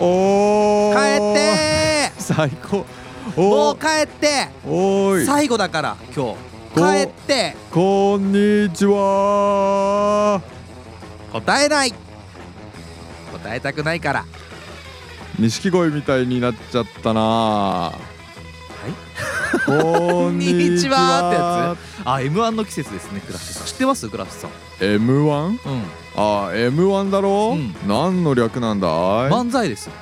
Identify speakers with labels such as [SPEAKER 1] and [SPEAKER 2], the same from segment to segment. [SPEAKER 1] お
[SPEAKER 2] 帰
[SPEAKER 1] ー
[SPEAKER 2] って
[SPEAKER 1] 最高
[SPEAKER 2] ー
[SPEAKER 1] お
[SPEAKER 2] も
[SPEAKER 1] ー
[SPEAKER 2] う帰って
[SPEAKER 1] おーい
[SPEAKER 2] 最後だから今日帰って
[SPEAKER 1] こんにちは
[SPEAKER 2] 答えない答えたくないから
[SPEAKER 1] 錦鯉みたいになっちゃったなはいこんにちは
[SPEAKER 2] こんにあ M1 の季節ですねクラフトさん知ってますクラフトさん
[SPEAKER 1] ってやつ M1?
[SPEAKER 2] うん
[SPEAKER 1] あ M1 だろ、
[SPEAKER 2] うん
[SPEAKER 1] 何の略なんだい、
[SPEAKER 2] 漫才ですよ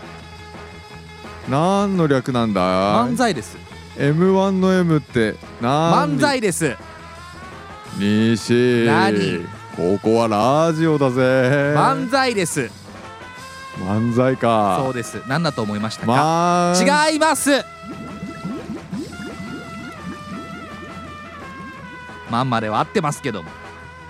[SPEAKER 1] 何の略なんだい
[SPEAKER 2] 漫才です
[SPEAKER 1] M1 の M って何
[SPEAKER 2] 漫才です
[SPEAKER 1] 西
[SPEAKER 2] 何
[SPEAKER 1] ここはラジオだぜ
[SPEAKER 2] 漫才です
[SPEAKER 1] 漫才
[SPEAKER 2] そ
[SPEAKER 1] か
[SPEAKER 2] うです何だと思いましたか
[SPEAKER 1] ま
[SPEAKER 2] 違いますまんまでは合ってますけども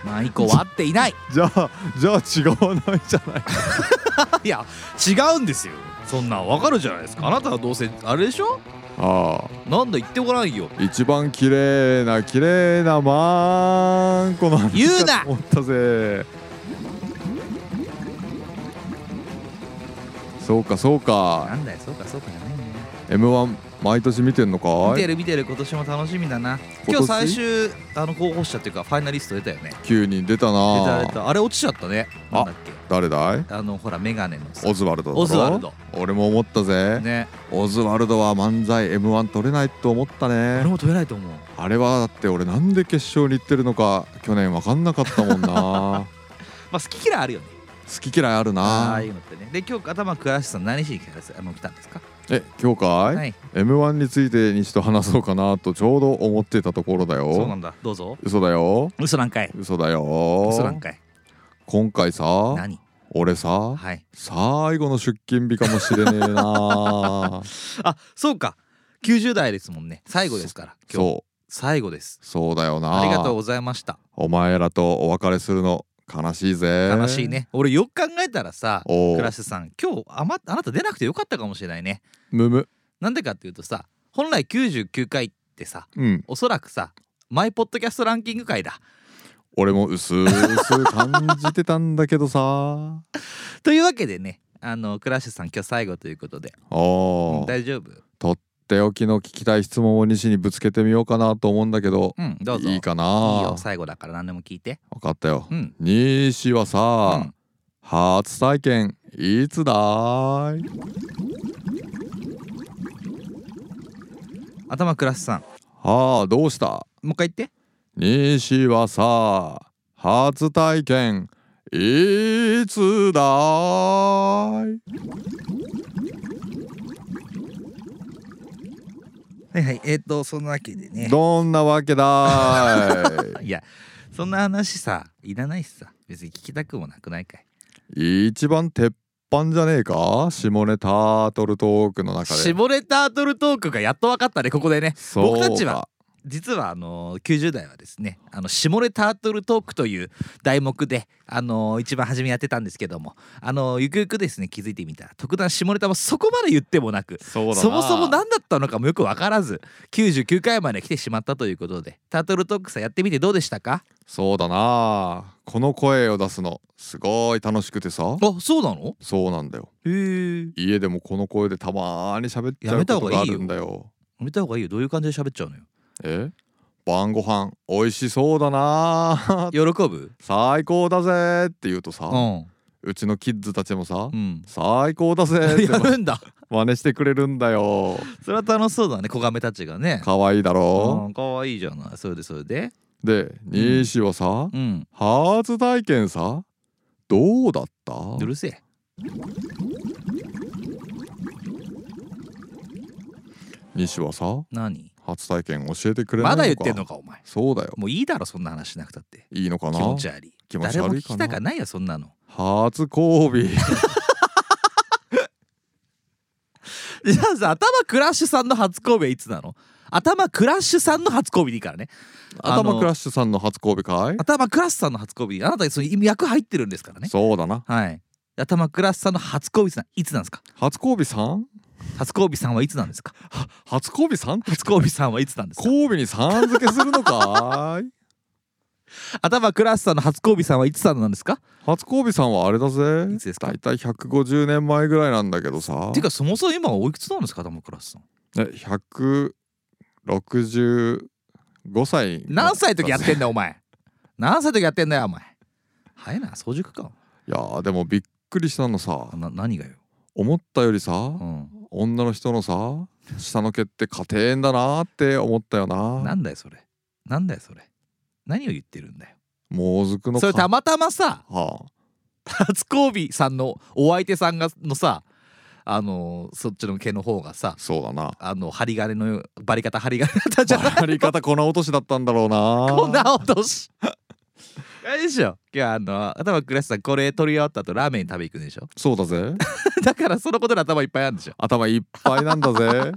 [SPEAKER 2] まあ以降は合っていない
[SPEAKER 1] じゃあじゃあ違わないじゃない
[SPEAKER 2] いや違うんですよそんなんわかるじゃないですかあなたはどうせあれでしょ
[SPEAKER 1] あ
[SPEAKER 2] なんだ言ってこないよ
[SPEAKER 1] あ一番綺麗な綺麗なマンコの話
[SPEAKER 2] 言うな
[SPEAKER 1] かと思ったぜそうかそう
[SPEAKER 2] な
[SPEAKER 1] か
[SPEAKER 2] んだよそうかそうかじゃないんだよ
[SPEAKER 1] M1 毎年見てんのか
[SPEAKER 2] 見て
[SPEAKER 1] い
[SPEAKER 2] る見てる今年も楽しみだな
[SPEAKER 1] 今
[SPEAKER 2] 今
[SPEAKER 1] 年
[SPEAKER 2] 日最終あの候補者っていうかファイナリスト出たよね
[SPEAKER 1] 9人出た
[SPEAKER 2] 出た
[SPEAKER 1] な
[SPEAKER 2] 出たあれ落ちちゃったね
[SPEAKER 1] あ
[SPEAKER 2] なんだっけ
[SPEAKER 1] 誰だい
[SPEAKER 2] あのほらメガネのさ
[SPEAKER 1] オズワルドだろ
[SPEAKER 2] オズワルド
[SPEAKER 1] 俺も思ったぜ、
[SPEAKER 2] ね
[SPEAKER 1] オズワルドは漫才 M1 取れないと思った
[SPEAKER 2] 俺
[SPEAKER 1] ね
[SPEAKER 2] も取れないと思う
[SPEAKER 1] あれはだって俺なんで決勝に行ってるのか去年分かんなかったもん な
[SPEAKER 2] まあ好き嫌いあるよね
[SPEAKER 1] 好き嫌いある
[SPEAKER 2] ああ
[SPEAKER 1] な
[SPEAKER 2] いうのってねで今日頭詳しさん何しに来たんですあもう来たんですか
[SPEAKER 1] え今日かい、
[SPEAKER 2] はい
[SPEAKER 1] M1 について西と話そうかなとちょうど思ってたところだ
[SPEAKER 2] そうな
[SPEAKER 1] よ
[SPEAKER 2] んだどうぞ
[SPEAKER 1] 嘘だよ
[SPEAKER 2] 嘘なんかい
[SPEAKER 1] 嘘だよ
[SPEAKER 2] 嘘なんかい
[SPEAKER 1] 今回さ
[SPEAKER 2] 何
[SPEAKER 1] 俺さ
[SPEAKER 2] はい
[SPEAKER 1] 最後の出勤日かもしれねえ な
[SPEAKER 2] あそうか90代ですもんね最後ですから今日
[SPEAKER 1] そう
[SPEAKER 2] 最後です
[SPEAKER 1] そうだよな
[SPEAKER 2] ありがとうございました
[SPEAKER 1] お前らとお別れするの悲しいぜ
[SPEAKER 2] 悲しいね俺よく考えたらさ
[SPEAKER 1] おう
[SPEAKER 2] 倉瀬さん今日あ,、まあなた出なくてよかったかもしれないね
[SPEAKER 1] むむ
[SPEAKER 2] なんでかっていうとさ本来99回ってさ
[SPEAKER 1] うん
[SPEAKER 2] おそらくさマイポッドキャストランキング回だ
[SPEAKER 1] 俺も薄々感じてたんだけ どさ
[SPEAKER 2] というわけでねあの倉瀬さん今日最後ということで
[SPEAKER 1] おー
[SPEAKER 2] 大丈夫
[SPEAKER 1] 手置きの聞きたい質問を西にぶつけてみようかなと思うんだけど
[SPEAKER 2] うんどうぞ
[SPEAKER 1] いいか
[SPEAKER 2] いい
[SPEAKER 1] な
[SPEAKER 2] よ最後だから何でも聞いて
[SPEAKER 1] 分かったよ
[SPEAKER 2] うん
[SPEAKER 1] 西はさ、
[SPEAKER 2] うん
[SPEAKER 1] 初体験いつだい
[SPEAKER 2] 頭倉瀬さん
[SPEAKER 1] ああどうした
[SPEAKER 2] もう一回言って
[SPEAKER 1] 西はさ初体験いつだい
[SPEAKER 2] はいはいえっ、とそんなわけでね
[SPEAKER 1] どんなわけだ
[SPEAKER 2] いやそんな話さいらないしさ別に聞きたくもなくないかい
[SPEAKER 1] い一番鉄板じゃねえか下ネタトルトークの中で
[SPEAKER 2] 絞れたアトルトークがやっと分かったねここでね
[SPEAKER 1] そうか
[SPEAKER 2] 僕たちは実はあのー90代はですね「あの下ネタートルトーク」という題目で、あのー一番初めやってたんですけども、あのーゆくゆくですね気づいてみたら特段下ネタもそこまで言ってもなく
[SPEAKER 1] そうだな
[SPEAKER 2] そもそも何だったのかもよく分からず99回まで来てしまったということでタートルトークさんやってみてどうでしたか
[SPEAKER 1] そうだなこの声を出すのすごい楽しくてさ
[SPEAKER 2] あそうなの
[SPEAKER 1] そうなんだよ
[SPEAKER 2] へえ
[SPEAKER 1] 家でもこの声でたまーに喋っちゃうことがあるんだよ
[SPEAKER 2] 見た方がいいよどういう感じで喋っちゃうのよ
[SPEAKER 1] え晩ご飯美味しそうだな ー
[SPEAKER 2] 喜ぶ
[SPEAKER 1] 最高だぜーって言うとさ、
[SPEAKER 2] う
[SPEAKER 1] うんちのキッズたちもさ、
[SPEAKER 2] うん
[SPEAKER 1] 最高だぜーって ま
[SPEAKER 2] やるんだ
[SPEAKER 1] 真似してくれるんだよ
[SPEAKER 2] それは楽しそうだね子ガメたちがね
[SPEAKER 1] 可愛いだろ、
[SPEAKER 2] うんかわいいじゃないそれでそれで
[SPEAKER 1] で西はさ、
[SPEAKER 2] うん
[SPEAKER 1] 初体験さどうだった
[SPEAKER 2] うるせえ
[SPEAKER 1] 西はさ
[SPEAKER 2] 何
[SPEAKER 1] 初体験教えてくれない
[SPEAKER 2] ま
[SPEAKER 1] のか
[SPEAKER 2] だ言ってんのかお前
[SPEAKER 1] そうだよ
[SPEAKER 2] もういいだろそんな話しなくたって
[SPEAKER 1] いいのかな
[SPEAKER 2] 気持ち悪い
[SPEAKER 1] 気持ち
[SPEAKER 2] 誰も
[SPEAKER 1] 悪
[SPEAKER 2] 聞
[SPEAKER 1] いか
[SPEAKER 2] き
[SPEAKER 1] な
[SPEAKER 2] たかないよそんなの
[SPEAKER 1] 初交尾
[SPEAKER 2] じゃあさ頭クラッシュさんの初交尾いつなの頭クラッシュさんの初交尾でいいからねあの
[SPEAKER 1] 頭クラッシュさんの初交尾かい
[SPEAKER 2] 頭クラッシュさんの初交尾あなたその役入ってるんですからね
[SPEAKER 1] そうだな
[SPEAKER 2] はい頭クラッシュさんの初交尾さんいつなんですか
[SPEAKER 1] 初交尾さん
[SPEAKER 2] 初交尾さんはいつなんですか
[SPEAKER 1] 初交尾さん
[SPEAKER 2] 初交尾さんはいつなんですか
[SPEAKER 1] 交尾にさん付けするのかーい
[SPEAKER 2] 頭クラスさんの初交尾さんはいつさんなんですか
[SPEAKER 1] 初交尾さんはあれだぜ
[SPEAKER 2] いつですか
[SPEAKER 1] 大体150年前ぐらいなんだけどさ
[SPEAKER 2] ていうかそもそも今はおいくつなんですか頭クラスさん
[SPEAKER 1] え165歳
[SPEAKER 2] 何歳の時やってんだよお前何歳の時やってんだよお前早いな早熟か
[SPEAKER 1] いやーでもびっくりしたのさ
[SPEAKER 2] な何がよ、
[SPEAKER 1] 思ったよりさ
[SPEAKER 2] うん、
[SPEAKER 1] 女の人のさ下の毛って家庭縁だなーって思ったよな
[SPEAKER 2] なんだよそれなんだよそれ何を言ってるんだよ
[SPEAKER 1] もうずくの
[SPEAKER 2] それた
[SPEAKER 1] ま
[SPEAKER 2] またまさ
[SPEAKER 1] は
[SPEAKER 2] 初交尾さんのお相手さんがのさあのそっちの毛の方が
[SPEAKER 1] あ
[SPEAKER 2] さ
[SPEAKER 1] そうだな
[SPEAKER 2] あの針金のよバリ方針金だったんじゃない
[SPEAKER 1] やり方粉落としだったんだろうな
[SPEAKER 2] こんな落としあれでしょ今日あの頭クラスさんこれ取り終わった後ラーメン食べ行くんでしょ
[SPEAKER 1] そうだぜ
[SPEAKER 2] だからそのことで頭いっぱいあるんでしょ
[SPEAKER 1] 頭いっぱいなんだ ぜ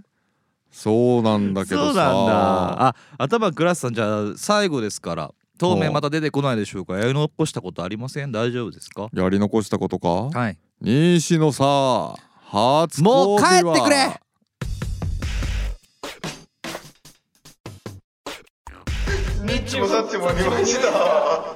[SPEAKER 1] そうなんだけどさ
[SPEAKER 2] そうなんだあ頭クラスさんじゃあ最後ですから当面また出てこないでしょうかやり残したことありません大丈夫ですか
[SPEAKER 1] やり残したことか
[SPEAKER 2] はい
[SPEAKER 1] 西野さ初恋
[SPEAKER 2] もう帰ってくれ
[SPEAKER 3] ニッチもサッチもありました。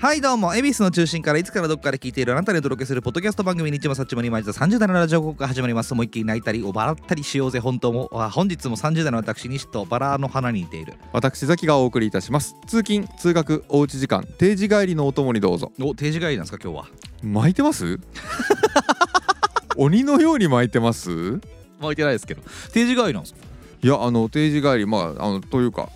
[SPEAKER 2] はいどうも恵比寿の中心からいつからどこかで聞いているあなたにお届けするポッドキャスト番組にちもさっちもにまじた30代のラジオ国が始まります思いっきり泣いたりお笑ったりしようぜ本当もあ本日も30代の私西とバラの花に似ている
[SPEAKER 1] 私ザキがお送りいたします通勤通学おうち時間定時帰りのお供にどうぞ
[SPEAKER 2] お定時帰りなんですか今日は
[SPEAKER 1] 巻いてます 鬼のように巻いてます
[SPEAKER 2] 巻いてないですけど定時帰りなんですか
[SPEAKER 1] いやあの定時帰りまああのというか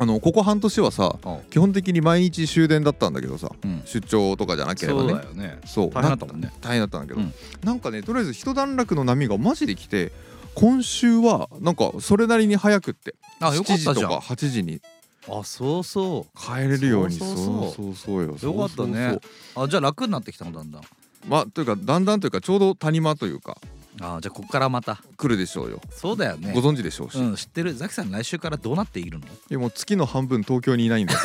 [SPEAKER 1] あのここ半年はさ
[SPEAKER 2] あ
[SPEAKER 1] 基本的に毎日終電だったんだけどさ
[SPEAKER 2] うん
[SPEAKER 1] 出張とかじゃなければ
[SPEAKER 2] そう
[SPEAKER 1] ね
[SPEAKER 2] だよね
[SPEAKER 1] そう
[SPEAKER 2] 大変だったもんね
[SPEAKER 1] 大変だったんだけど、
[SPEAKER 2] うん
[SPEAKER 1] なんかねとりあえず一段落の波がマジで来て今週はなんかそれなりに早くって
[SPEAKER 2] あよか
[SPEAKER 1] 7
[SPEAKER 2] った
[SPEAKER 1] 時と
[SPEAKER 2] じゃん
[SPEAKER 1] か8時に
[SPEAKER 2] あそうそ
[SPEAKER 1] 帰れるように
[SPEAKER 2] そうそう
[SPEAKER 1] そうそうよ
[SPEAKER 2] うよかった
[SPEAKER 1] そうそ
[SPEAKER 2] ね
[SPEAKER 1] う
[SPEAKER 2] あじゃあ楽になってきたのだんだん
[SPEAKER 1] まあというかだんだんというかちょうど谷間というか
[SPEAKER 2] あじゃあこっからまた
[SPEAKER 1] 来るでしょうよ
[SPEAKER 2] そうだよね
[SPEAKER 1] ご存知でしょうし、
[SPEAKER 2] う
[SPEAKER 1] い
[SPEAKER 2] ん知ってるザキさん来週からどうなっているの
[SPEAKER 1] やもう月の半分東京にいないん だよ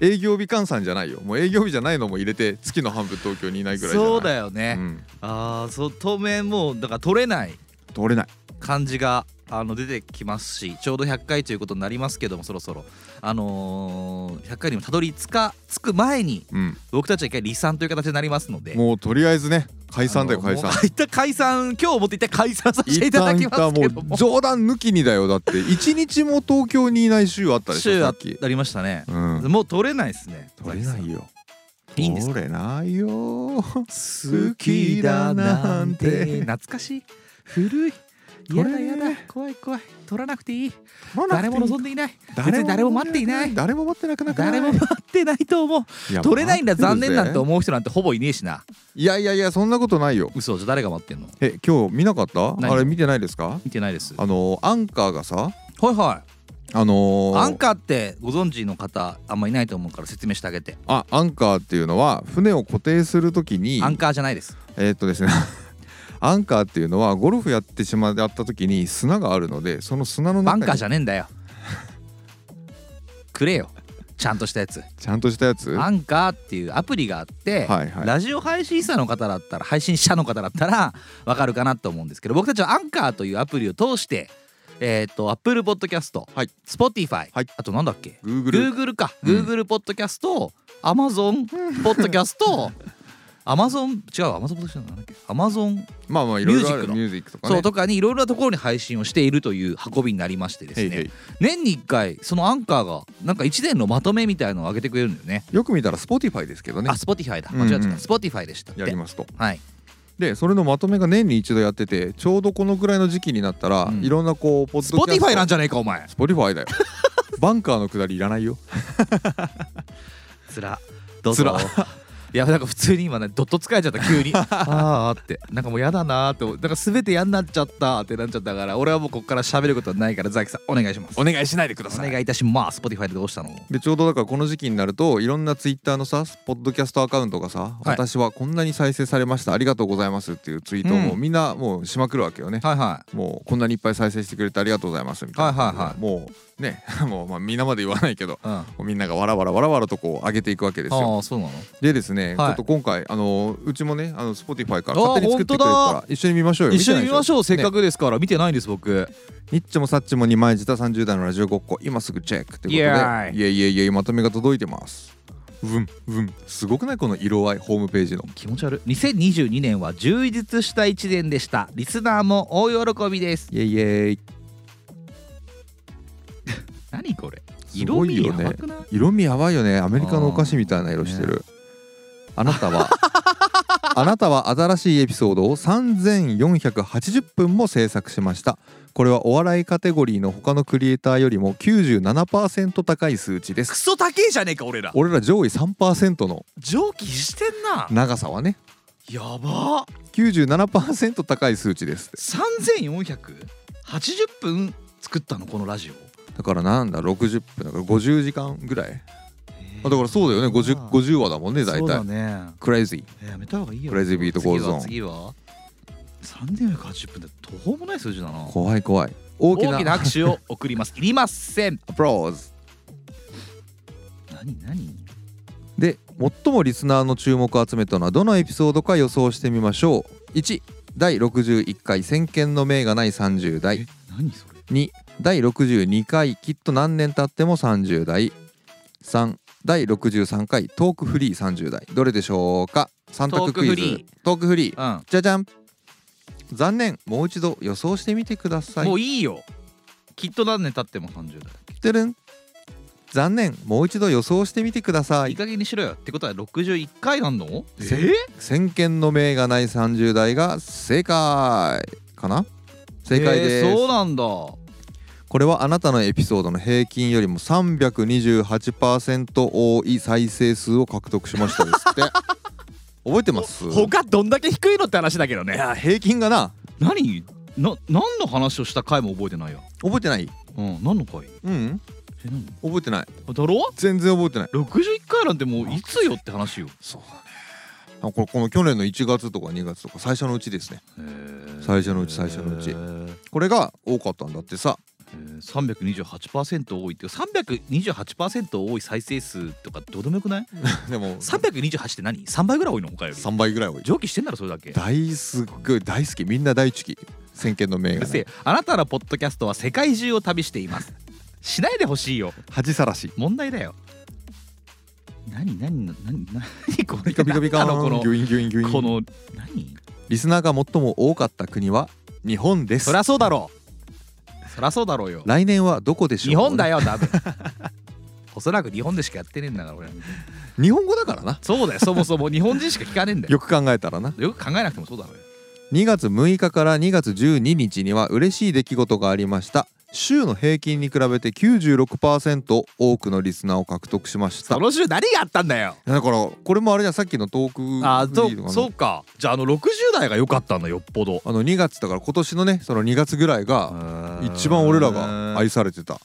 [SPEAKER 1] 営業日換算じゃないよもう営業日じゃないのも入れて月の半分東京にいないぐらいじゃない
[SPEAKER 2] そうだ
[SPEAKER 1] よ、
[SPEAKER 2] よね、
[SPEAKER 1] うん、
[SPEAKER 2] ああそう当面もうだから取れない
[SPEAKER 1] 取れない
[SPEAKER 2] 感じがあの出てきますしちょうど100回ということになりますけどもそろそろあのー、100回にもたどり着か着く前に
[SPEAKER 1] うん
[SPEAKER 2] 僕たちは一回離散という形になりますので
[SPEAKER 1] もうとりあえずね解散だよ
[SPEAKER 2] あの
[SPEAKER 1] 解散
[SPEAKER 2] もう一旦解散今日をもって一旦解散させて
[SPEAKER 1] 一
[SPEAKER 2] いただ
[SPEAKER 1] 旦
[SPEAKER 2] き
[SPEAKER 1] 一
[SPEAKER 2] ま
[SPEAKER 1] 旦
[SPEAKER 2] すけ
[SPEAKER 1] も
[SPEAKER 2] ど
[SPEAKER 1] う
[SPEAKER 2] も
[SPEAKER 1] 冗談抜きにだよだって一日も東京にいない週あったでしょ
[SPEAKER 2] 週
[SPEAKER 1] さ
[SPEAKER 2] あ
[SPEAKER 1] っき
[SPEAKER 2] ありましたね、
[SPEAKER 1] うん
[SPEAKER 2] もう取れないですね
[SPEAKER 1] 取れないよ
[SPEAKER 2] いいんですか
[SPEAKER 1] 取れないよ
[SPEAKER 2] 好きだなんて懐かしい古い
[SPEAKER 1] 取
[SPEAKER 2] や
[SPEAKER 1] れ
[SPEAKER 2] だ
[SPEAKER 1] ねえ
[SPEAKER 2] やだ怖い怖い取らなくていい
[SPEAKER 1] 取らな
[SPEAKER 2] 誰
[SPEAKER 1] くて
[SPEAKER 2] も
[SPEAKER 1] いい
[SPEAKER 2] 望んでいない別に誰も待っていない
[SPEAKER 1] 誰も待ってなくなくない
[SPEAKER 2] 誰も待ってないと思う
[SPEAKER 1] いや
[SPEAKER 2] 取れないんだ
[SPEAKER 1] 待っ
[SPEAKER 2] 残
[SPEAKER 1] るぜ
[SPEAKER 2] 念なんて思う人なんてほぼいねえしない
[SPEAKER 1] やいやいやそんなことないよ
[SPEAKER 2] 嘘じゃ誰が待ってんの
[SPEAKER 1] え今日見なかった
[SPEAKER 2] 何
[SPEAKER 1] あれ見てないですか
[SPEAKER 2] 見てないですは
[SPEAKER 1] あのアンカーがさ
[SPEAKER 2] いはい
[SPEAKER 1] あのー
[SPEAKER 2] アンカーってご存知の方あんまいないと思うから説明してあげて
[SPEAKER 1] あアンカーっていうのは船を固定するときに
[SPEAKER 2] アンカーじゃないです
[SPEAKER 1] えーっとですね アンカーっていうのはゴルフやってしまった時に砂があるのでその砂の
[SPEAKER 2] バ
[SPEAKER 1] 中
[SPEAKER 2] ン
[SPEAKER 1] に
[SPEAKER 2] カーじゃねえん だよくれよちゃんとしたやつ
[SPEAKER 1] ちゃんとしたやつ
[SPEAKER 2] アンカーっていうアプリがあって、
[SPEAKER 1] はいはい
[SPEAKER 2] ラジオ配信者の方だったら配信者の方だったらわかるかなと思うんですけど僕たちはアンカーというアプリを通してえっ、と Apple Podcast、
[SPEAKER 1] はい
[SPEAKER 2] Spotify、
[SPEAKER 1] はい
[SPEAKER 2] あとなんだっけ
[SPEAKER 1] Google
[SPEAKER 2] Google か、
[SPEAKER 1] うん
[SPEAKER 2] Google Podcast、Amazon Podcast、Amazon 違う Amazon Podcast なんだっけ Amazon
[SPEAKER 1] まあまあいろいろあるミ
[SPEAKER 2] ミュ
[SPEAKER 1] ュージックとかね
[SPEAKER 2] そうとかにいろいろなところに配信をしているという運びになりましてです
[SPEAKER 1] へ
[SPEAKER 2] ね
[SPEAKER 1] いへい
[SPEAKER 2] 年に1回そのアンカーがなんか1年のまとめみたいのを上げてくれるんだよね
[SPEAKER 1] よく見たら Spotify ですけどね
[SPEAKER 2] あ、Spotify だ。
[SPEAKER 1] うん
[SPEAKER 2] 間
[SPEAKER 1] うん
[SPEAKER 2] 違ってた。Spotify でしたって。
[SPEAKER 1] やりますと
[SPEAKER 2] はい。
[SPEAKER 1] でそれのまとめが年に一度やっててちょうどこのぐらいの時期になったら、
[SPEAKER 2] うん
[SPEAKER 1] いろんなこうポッドキャスト
[SPEAKER 2] Spotify なん
[SPEAKER 1] じ
[SPEAKER 2] じゃねえか、お前
[SPEAKER 1] ゃ。Spotify だよバンカーのくだりいらないよ
[SPEAKER 2] つら。どうぞ
[SPEAKER 1] つら。
[SPEAKER 2] いやなんか普通に今ねドット疲れちゃった急にあーってなんかもうやだなーって思うだから全て嫌になっちゃったってなっちゃったから俺はもうここから喋ることはないからザキさんお願いしますお
[SPEAKER 4] 願いしないでくだ
[SPEAKER 2] 願いいたします Spotify でどうしたの
[SPEAKER 1] でちょうどだからこの時期になるといろんなツイッターのさポッドキャストアカウントがさ、
[SPEAKER 2] い
[SPEAKER 1] 私はこんなに再生されましたありがとうございますっていうツイートをもう
[SPEAKER 2] う
[SPEAKER 1] みんなもうしまくるわけよね、
[SPEAKER 2] はいは
[SPEAKER 1] もうこんなにいっぱい再生してくれてありがとうございますみたいな、
[SPEAKER 2] はいはいはい
[SPEAKER 1] もうね もうまあみんなまで言わないけど
[SPEAKER 2] いうんあ
[SPEAKER 1] もうみんながわらわらわらわらとこう上げていくわけですよ
[SPEAKER 2] あそうなの
[SPEAKER 1] でですね、
[SPEAKER 2] はい
[SPEAKER 1] ちょっと今回あのうちもねあの Spotify から
[SPEAKER 2] あー
[SPEAKER 1] 勝手に作ってくれる
[SPEAKER 2] 本当
[SPEAKER 1] から一緒に見ましょうよ
[SPEAKER 2] 一緒に見ましょう、せっ
[SPEAKER 1] く
[SPEAKER 2] かくですから見てないんです僕
[SPEAKER 1] ニッチもサッチも2枚舌30代のラジオごっこ今すぐチェックと
[SPEAKER 2] イ
[SPEAKER 1] いう
[SPEAKER 2] エ
[SPEAKER 1] こと
[SPEAKER 2] ー
[SPEAKER 1] で
[SPEAKER 2] イ
[SPEAKER 1] いえいえいえまとめが届いてますうんうんすごくないこの色合いホームページの
[SPEAKER 2] 気持ち悪い2022年は充実した1年でしたリスナーも大喜びです
[SPEAKER 1] イエイイエイ
[SPEAKER 2] 何これ
[SPEAKER 1] す
[SPEAKER 2] 色
[SPEAKER 1] ごい
[SPEAKER 2] 味
[SPEAKER 1] よ
[SPEAKER 2] や
[SPEAKER 1] ね
[SPEAKER 2] ばくない
[SPEAKER 1] 色味やばいよねアメリカのお菓子みたいな色してるあ,、なたは あなたは新しいエピソードを3480分も制作しましたこれはお笑いカテゴリーの他のクリエイターよりも97%高い数値です
[SPEAKER 2] クソ高えじゃねえか俺ら
[SPEAKER 1] 俺ら上位3%の
[SPEAKER 2] 蒸気してんな
[SPEAKER 1] 長さはね
[SPEAKER 2] やばっ
[SPEAKER 1] 97%高い数値ですって
[SPEAKER 2] 3480分作ったのこのラジオ
[SPEAKER 1] だからなんだ60分だから50時間ぐらい、あだからそうだよね 50, 50話だもんね大
[SPEAKER 2] そうだ
[SPEAKER 1] 体
[SPEAKER 2] ね
[SPEAKER 1] クレイジー
[SPEAKER 2] えーやめた方がいいよ
[SPEAKER 1] クレイジービートゴーズオン
[SPEAKER 2] 次は次は3480分って途方もない数字だな
[SPEAKER 1] 怖い怖い大
[SPEAKER 2] 大き
[SPEAKER 1] き
[SPEAKER 2] な
[SPEAKER 1] な
[SPEAKER 2] 拍手を送りますいりません
[SPEAKER 1] アプローズ
[SPEAKER 2] 何何
[SPEAKER 1] で最もリスナーの注目を集めたのはどのエピソードか予想してみましょう1第61回「先見の明がない30代
[SPEAKER 2] 何それ」
[SPEAKER 1] 2第62回「きっと何年経っても30代」3第63回「トークフリー30代」どれでしょうか3択クイズ
[SPEAKER 2] トークフリ
[SPEAKER 1] トークフリー
[SPEAKER 2] うん
[SPEAKER 1] じゃじゃん残念もう一度予想してみてください
[SPEAKER 2] もういいよきっと何年経っても30代だっけ
[SPEAKER 1] てるん残念もう一度予想してみてくださ
[SPEAKER 2] いい
[SPEAKER 1] い
[SPEAKER 2] 加減にしろよってことは61回なんのえ
[SPEAKER 1] せ先見の明がない30代が正解かな正解です、
[SPEAKER 2] えーそうなんだ
[SPEAKER 1] これはあなたのエピソードの平均よりも328%多い再生数を獲得しました ですって覚えてます
[SPEAKER 2] 他どんだけ低いのって話だけど
[SPEAKER 1] い
[SPEAKER 2] ね
[SPEAKER 1] や平均がな
[SPEAKER 2] 何な何の話をした回も覚えてないよ。
[SPEAKER 1] 覚えてない
[SPEAKER 2] うん、何の回
[SPEAKER 1] うん
[SPEAKER 2] え何
[SPEAKER 1] 覚えてない
[SPEAKER 2] あだろ
[SPEAKER 1] 全然覚えてない
[SPEAKER 2] ?61 回なんてもういつよって話よ。
[SPEAKER 1] そうだねあこれこの去年の1月とか2月とか最初のうちですね
[SPEAKER 2] へー
[SPEAKER 1] 最初のうち最初のうち
[SPEAKER 2] へー
[SPEAKER 1] これが多かったんだってさ
[SPEAKER 2] えー328%多いって328%多い再生数とかどうでもよくない
[SPEAKER 1] でも
[SPEAKER 2] ?328 って何 ?3 倍ぐらい多いの他より。
[SPEAKER 1] 3倍ぐらい多い
[SPEAKER 2] 上記してんだろそれだけ。
[SPEAKER 1] 大すっごい大好きみんな大好き先見の銘
[SPEAKER 2] うる
[SPEAKER 1] 柄
[SPEAKER 2] せえあなたのポッドキャストは世界中を旅しています。しないでほしいよ。
[SPEAKER 1] 恥さ らし
[SPEAKER 2] 問題だよ。何何何何何これ
[SPEAKER 1] ビカビカビカ
[SPEAKER 2] 何なのこの
[SPEAKER 1] ギュインギュインギュイン
[SPEAKER 2] この何
[SPEAKER 1] リスナーが最も多かった国は日本です
[SPEAKER 2] そりゃそうだろうそりゃそうだろうよ
[SPEAKER 1] 来年はどこでしょう
[SPEAKER 2] 日本だ
[SPEAKER 1] よ
[SPEAKER 2] よ多分おそらく日本でしかやってねえんだから俺
[SPEAKER 1] 日本語だからな
[SPEAKER 2] そうだよそもそも日本人しか聞かねえんだよ
[SPEAKER 1] よく考えたらな
[SPEAKER 2] よく考えなくてもそうだろうよ
[SPEAKER 1] 2月6日から2月12日には嬉しい出来事がありました週の平均に比べて96%多くのリスナーを獲得しました
[SPEAKER 2] その週何があったんだよ
[SPEAKER 1] だからこれもあれじゃんさっきのトークフリ
[SPEAKER 2] あ
[SPEAKER 1] ーと
[SPEAKER 2] そ
[SPEAKER 1] かの
[SPEAKER 2] うそうかじゃああの60代が良かったんだよっぽど
[SPEAKER 1] あの2月だから今年のねその2月ぐらいが一番俺らが愛されてた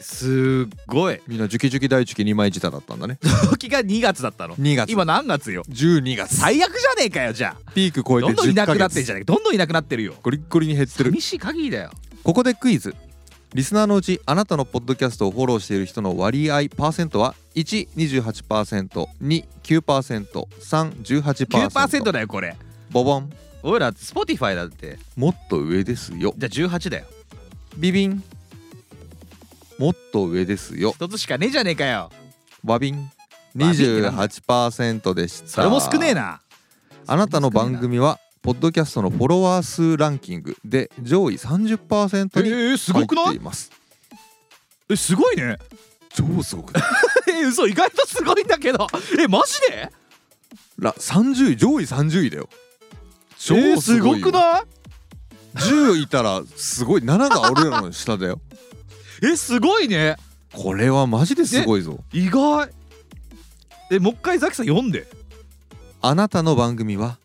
[SPEAKER 2] すっごい
[SPEAKER 1] みんなジュキジュキ大チキ二枚舌だったんだね
[SPEAKER 2] 時が2月だったの
[SPEAKER 1] 2月
[SPEAKER 2] 今何月よ
[SPEAKER 1] 12月
[SPEAKER 2] 最悪じゃねえかよじゃあ
[SPEAKER 1] ピーク超え
[SPEAKER 2] ど
[SPEAKER 1] て
[SPEAKER 2] んどんい
[SPEAKER 1] 10
[SPEAKER 2] な
[SPEAKER 1] ヶ
[SPEAKER 2] くなってん
[SPEAKER 1] 月
[SPEAKER 2] じゃねえかどんどんいなくなってるよ
[SPEAKER 1] ゴリッゴリに減ってる
[SPEAKER 2] 寂しい限りだよ
[SPEAKER 1] ここでクイズリスナーのうちあなたのポッドキャストをフォローしている人の割合パーセントは 128%29%318%
[SPEAKER 2] 9%だよこれ
[SPEAKER 1] ボボン
[SPEAKER 2] 俺ら Spotify だって
[SPEAKER 1] もっと上ですよ
[SPEAKER 2] じゃあ18だよ
[SPEAKER 1] ビビンもっと上ですよ
[SPEAKER 2] 一つしかねえじゃねえかよ
[SPEAKER 1] バビン
[SPEAKER 2] バビンってなんだ
[SPEAKER 1] 28%でした
[SPEAKER 2] それも少ねえな
[SPEAKER 1] あなたの番組はポッドキャストのフォロワー数ランキングで上位30%に
[SPEAKER 2] えー、す
[SPEAKER 1] 入っています。
[SPEAKER 2] えすごいね
[SPEAKER 1] 超すごくない。
[SPEAKER 2] え嘘意外とすごいんだけどえマジで
[SPEAKER 1] ら30位上位30位だよ。超
[SPEAKER 2] えー
[SPEAKER 1] す
[SPEAKER 2] す
[SPEAKER 1] ご
[SPEAKER 2] ご
[SPEAKER 1] いよ。
[SPEAKER 2] くない
[SPEAKER 1] 10いたらすごい7が俺らの下だ よ。
[SPEAKER 2] えすごいね
[SPEAKER 1] これはマジですごいぞ。
[SPEAKER 2] 意外えもう一回ザキさん読んで
[SPEAKER 1] あなたの番組は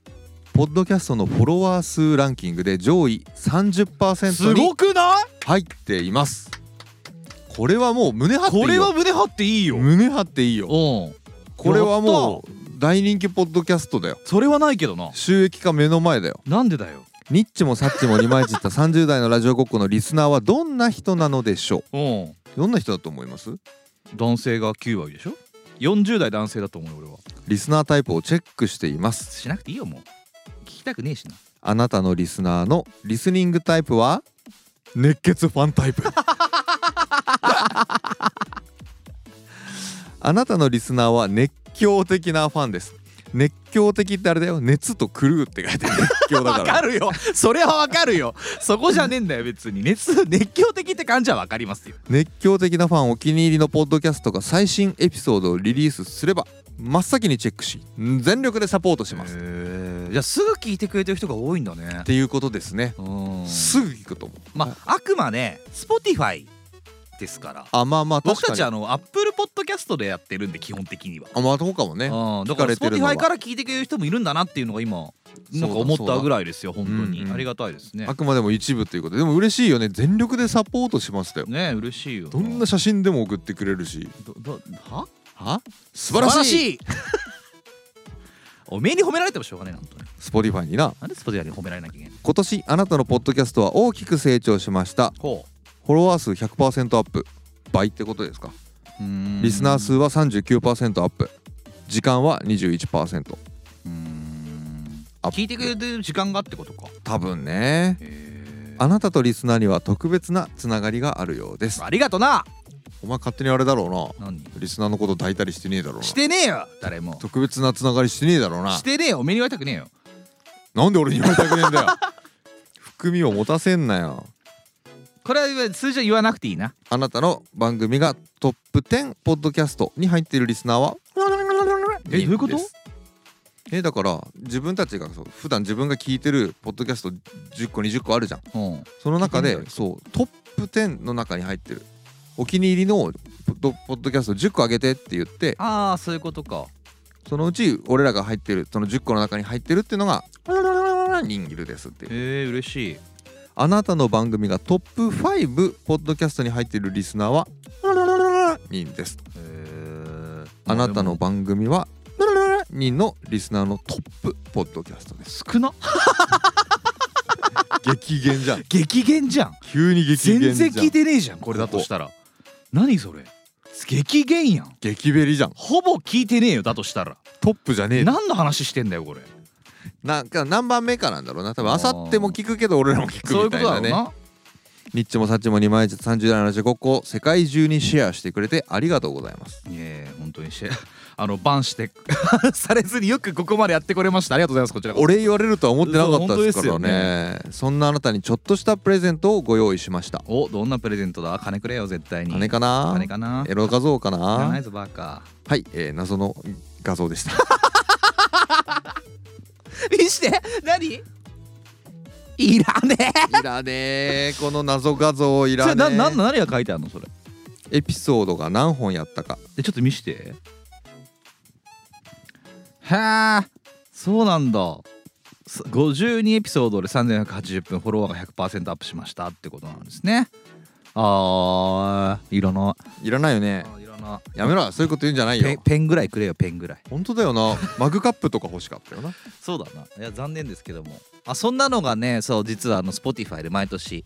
[SPEAKER 1] ポッドキャストのフォロワー数ランキングで上位
[SPEAKER 2] す
[SPEAKER 1] 30%に
[SPEAKER 2] ごくない
[SPEAKER 1] 入っていますこれはもう胸張っていいよ
[SPEAKER 2] これは胸張っていいよ、うん、
[SPEAKER 1] 胸張っていいよこれはもう大人気ポッドキャストだよ
[SPEAKER 2] それはないけどな
[SPEAKER 1] 収益化目の前だよ
[SPEAKER 2] なんでだよ
[SPEAKER 1] ニッチもサッチも二枚じった30代のラジオごっこのリスナーはどんな人なのでしょ
[SPEAKER 2] うん
[SPEAKER 1] うどんな人だと思います
[SPEAKER 2] 男性が9割でしょ40代男性だと思うよ俺は
[SPEAKER 1] リスナータイプをチェックしています
[SPEAKER 2] しなくていいよもう聞きたくねえしな
[SPEAKER 1] あなたのリスナーのリスニングタイプは熱血ファンタイプ あなたのリスナーは熱狂的なファンです熱狂的ってあれだよ熱と狂うって書いてある熱狂だか
[SPEAKER 2] わからるよそれはわかるよそこじゃねえん だよ別に熱熱狂的って感じはわかりますよ
[SPEAKER 1] 熱狂的なファンお気に入りのポッドキャストが最新エピソードをリリースすれば真っ先にチェックし全力でサポートしますっ
[SPEAKER 2] へえじゃあすぐ聞いてくれてる人が多いんだね
[SPEAKER 1] ていうことですね
[SPEAKER 2] うん
[SPEAKER 1] すぐ聞くと思う
[SPEAKER 2] まああくまで Spotify ですから
[SPEAKER 1] あまあまあ確
[SPEAKER 2] 僕
[SPEAKER 1] かに
[SPEAKER 2] たちあの Apple Podcast でやってるんで基本的には
[SPEAKER 1] あまあどうかもね
[SPEAKER 2] うんだから
[SPEAKER 1] 聞かれてるのは
[SPEAKER 2] Spotify から聞いてくれる人もいるんだなっていうのが今なんか思ったぐらいですよ本当に、
[SPEAKER 1] うんうん
[SPEAKER 2] ありがたいですね
[SPEAKER 1] あくまでも一部ということででも嬉しいよね全力でサポートしましたよ
[SPEAKER 2] ね嬉しいよ
[SPEAKER 1] どんな写真でも送ってくれるし
[SPEAKER 2] どどは
[SPEAKER 1] は素晴らしい
[SPEAKER 2] 素晴らしい おめえに褒められてもしょうがねえな本当に
[SPEAKER 1] Spotify にな
[SPEAKER 2] なんでスポティアに褒められなきゃいけない
[SPEAKER 1] 今年あなたのポッドキャストは大きく成長しました
[SPEAKER 2] ほ
[SPEAKER 1] フォロワー数100%アップ倍ってことですか
[SPEAKER 2] ううん
[SPEAKER 1] リスナー数は39%アップ時間は21%
[SPEAKER 2] うん
[SPEAKER 1] アップ
[SPEAKER 2] 聞いてくれてる時間がってことか
[SPEAKER 1] 多分ね
[SPEAKER 2] へ
[SPEAKER 1] あなたとリスナーには特別なつながりがあるようです
[SPEAKER 2] ありがとな
[SPEAKER 1] お前勝手にあれだろう
[SPEAKER 2] 何
[SPEAKER 1] なリスナーのこと抱いたりしてねえだろうな
[SPEAKER 2] してねえよ誰も
[SPEAKER 1] 特別なつながりしてねえだろうな
[SPEAKER 2] してねえよおめえに言われたくねえよ
[SPEAKER 1] なんで俺に言われたくねえんだ よ含みを持たせんなよ
[SPEAKER 2] これは数字は言わなくていいな
[SPEAKER 1] あなたの番組がトップ10ポッドキャストに入っているリスナーは
[SPEAKER 2] えどういうこと
[SPEAKER 1] ですえだから自分たちがそう普段自分が聞いてるポッドキャスト10個20個あるじゃん
[SPEAKER 2] うん
[SPEAKER 1] その中
[SPEAKER 2] 聞いてみ
[SPEAKER 1] で
[SPEAKER 2] た
[SPEAKER 1] そうトップ10の中に入ってるお気に入りのポッドポッドキャスト10個あげてって言って
[SPEAKER 2] ああそういうことか
[SPEAKER 1] そのうち俺らが入ってるその10個の中に入ってるっていうのが人気ですっていう
[SPEAKER 2] へえ嬉しい
[SPEAKER 1] あなたの番組がトップ5ポッドキャストに入っているリスナーは人ですあなたの番組は人のリスナーのトップポッドキャストです
[SPEAKER 2] 少な
[SPEAKER 1] 激減じゃん
[SPEAKER 2] 激減じゃん
[SPEAKER 1] 急に激
[SPEAKER 2] 全
[SPEAKER 1] 減じゃ
[SPEAKER 2] 然
[SPEAKER 1] ん
[SPEAKER 2] 聞いてねえじゃんこれだとしたら何それ激減やん
[SPEAKER 1] 激ベリじゃん
[SPEAKER 2] ほぼ聞いてねえよだとしたら
[SPEAKER 1] トップじゃねえな
[SPEAKER 2] 何の話してんだよこれ
[SPEAKER 1] なんか何番目かなんだろうな多分
[SPEAKER 2] あ
[SPEAKER 1] あ
[SPEAKER 2] ー
[SPEAKER 1] さっても聞くけど俺らも聞
[SPEAKER 2] そう
[SPEAKER 1] く
[SPEAKER 2] いう
[SPEAKER 1] み
[SPEAKER 2] こ
[SPEAKER 1] たいな
[SPEAKER 2] とだろう
[SPEAKER 1] ね
[SPEAKER 2] な
[SPEAKER 1] ニッチもサッチも2枚ずつ30代のラジオごっこを世界中にシェアしてくれてありがとうございます
[SPEAKER 2] いえ本当にして あのバンして されずによくここまでやってこれましたありがとうございますこちらこそ
[SPEAKER 1] お礼言われるとは思ってなかったですか
[SPEAKER 2] そ
[SPEAKER 1] ら
[SPEAKER 2] う本当で
[SPEAKER 1] ねそんなあなたにちょっとしたプレゼントをご用意しました
[SPEAKER 2] おどんなプレゼントだ金くれよ絶対に
[SPEAKER 1] 金かな
[SPEAKER 2] 金かな
[SPEAKER 1] エロ画像かない
[SPEAKER 2] らないぞバカ
[SPEAKER 1] はい、えー、謎の画像でした
[SPEAKER 2] 見して何 いらねえ
[SPEAKER 1] いらねえこの謎画像い
[SPEAKER 2] そ
[SPEAKER 1] ら
[SPEAKER 2] れなな
[SPEAKER 1] ね
[SPEAKER 2] 何が書いてあるのそれ
[SPEAKER 1] えエピソードが何本やったか
[SPEAKER 2] えちょっと見してはあそうなんだそ52エピソードで3180分フォロワーが100%アップしましたってことなんですねあーいらない
[SPEAKER 1] らないよね
[SPEAKER 2] あいらな
[SPEAKER 1] やめろそういうこと言うんじゃない
[SPEAKER 2] ペン
[SPEAKER 1] よ
[SPEAKER 2] ペンぐらいくれよペンぐらい
[SPEAKER 1] 本当だよなマグカップとか欲しかったよな
[SPEAKER 2] そうだないや残念ですけどもあそんなのがねそう実はあの Spotify で毎年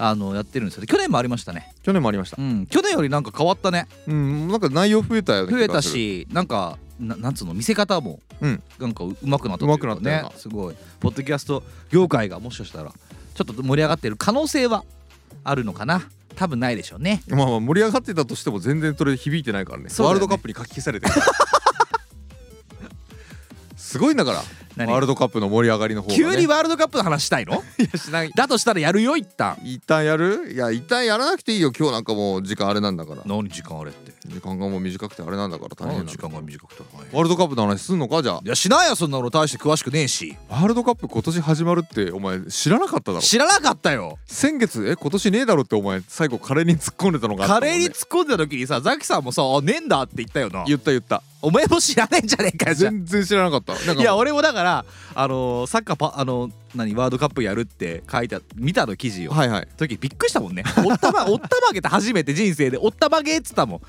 [SPEAKER 2] あのやってるんですよで去年もありましたね
[SPEAKER 1] 去年もありました
[SPEAKER 2] うん去年よりなんか変わったね
[SPEAKER 1] うんなんか内容増えたよね
[SPEAKER 2] 増えたしなんかななんつうの見せ方も、
[SPEAKER 1] うん
[SPEAKER 2] なんかうまくなったってい
[SPEAKER 1] 上
[SPEAKER 2] うか
[SPEAKER 1] 手くなったよ
[SPEAKER 2] ね
[SPEAKER 1] な
[SPEAKER 2] すごいポッドキャスト業界がもしかしたらちょっと盛り上がってる可能性はあるのかな多分ないでしょうね
[SPEAKER 1] まあまあ盛り上がってたとしても全然それ響いてないからね
[SPEAKER 2] そうだ
[SPEAKER 1] ワ
[SPEAKER 2] よ
[SPEAKER 1] ー
[SPEAKER 2] ね
[SPEAKER 1] ルドカップにかき消されて るすごいんだから
[SPEAKER 2] 何
[SPEAKER 1] ワールドカップの盛り上がりの方が、ね、
[SPEAKER 2] 急にワールドカップの話したいの
[SPEAKER 1] いやしない
[SPEAKER 2] だとしたらやるよ一旦
[SPEAKER 1] 一旦やるいや一旦やらなくていいよ今日なんかもう時間あれなんだから
[SPEAKER 2] 何時間あれって
[SPEAKER 1] 時間がもう短くてあれなんだから大変なんだ
[SPEAKER 2] 時間が短くて、はい
[SPEAKER 1] ワールドカップの話すんのかじゃあ
[SPEAKER 2] いやしないよそんなの大して詳しくねえし
[SPEAKER 1] ワールドカップ今年始まるってお前知らなかっただろ
[SPEAKER 2] 知らなかったよ
[SPEAKER 1] 先月え今年ねえだろってお前最後カレーに突っ込んでたのがあった
[SPEAKER 2] カ
[SPEAKER 1] もんね
[SPEAKER 2] レーに突っ込んでた時にさザキさんもさ「あねえんだ」って言ったよな
[SPEAKER 1] 言った言った
[SPEAKER 2] お前も知らねえんじゃねえかよじゃあ
[SPEAKER 1] 全然知らなかったなんか
[SPEAKER 2] いや俺もだからあのーサッカーパあの何ワールドカップやるって書いた見たの記事を、
[SPEAKER 1] はいはい
[SPEAKER 2] 時びっくりしたもんねおった まおったまげって初めて人生でおったまげっつったもん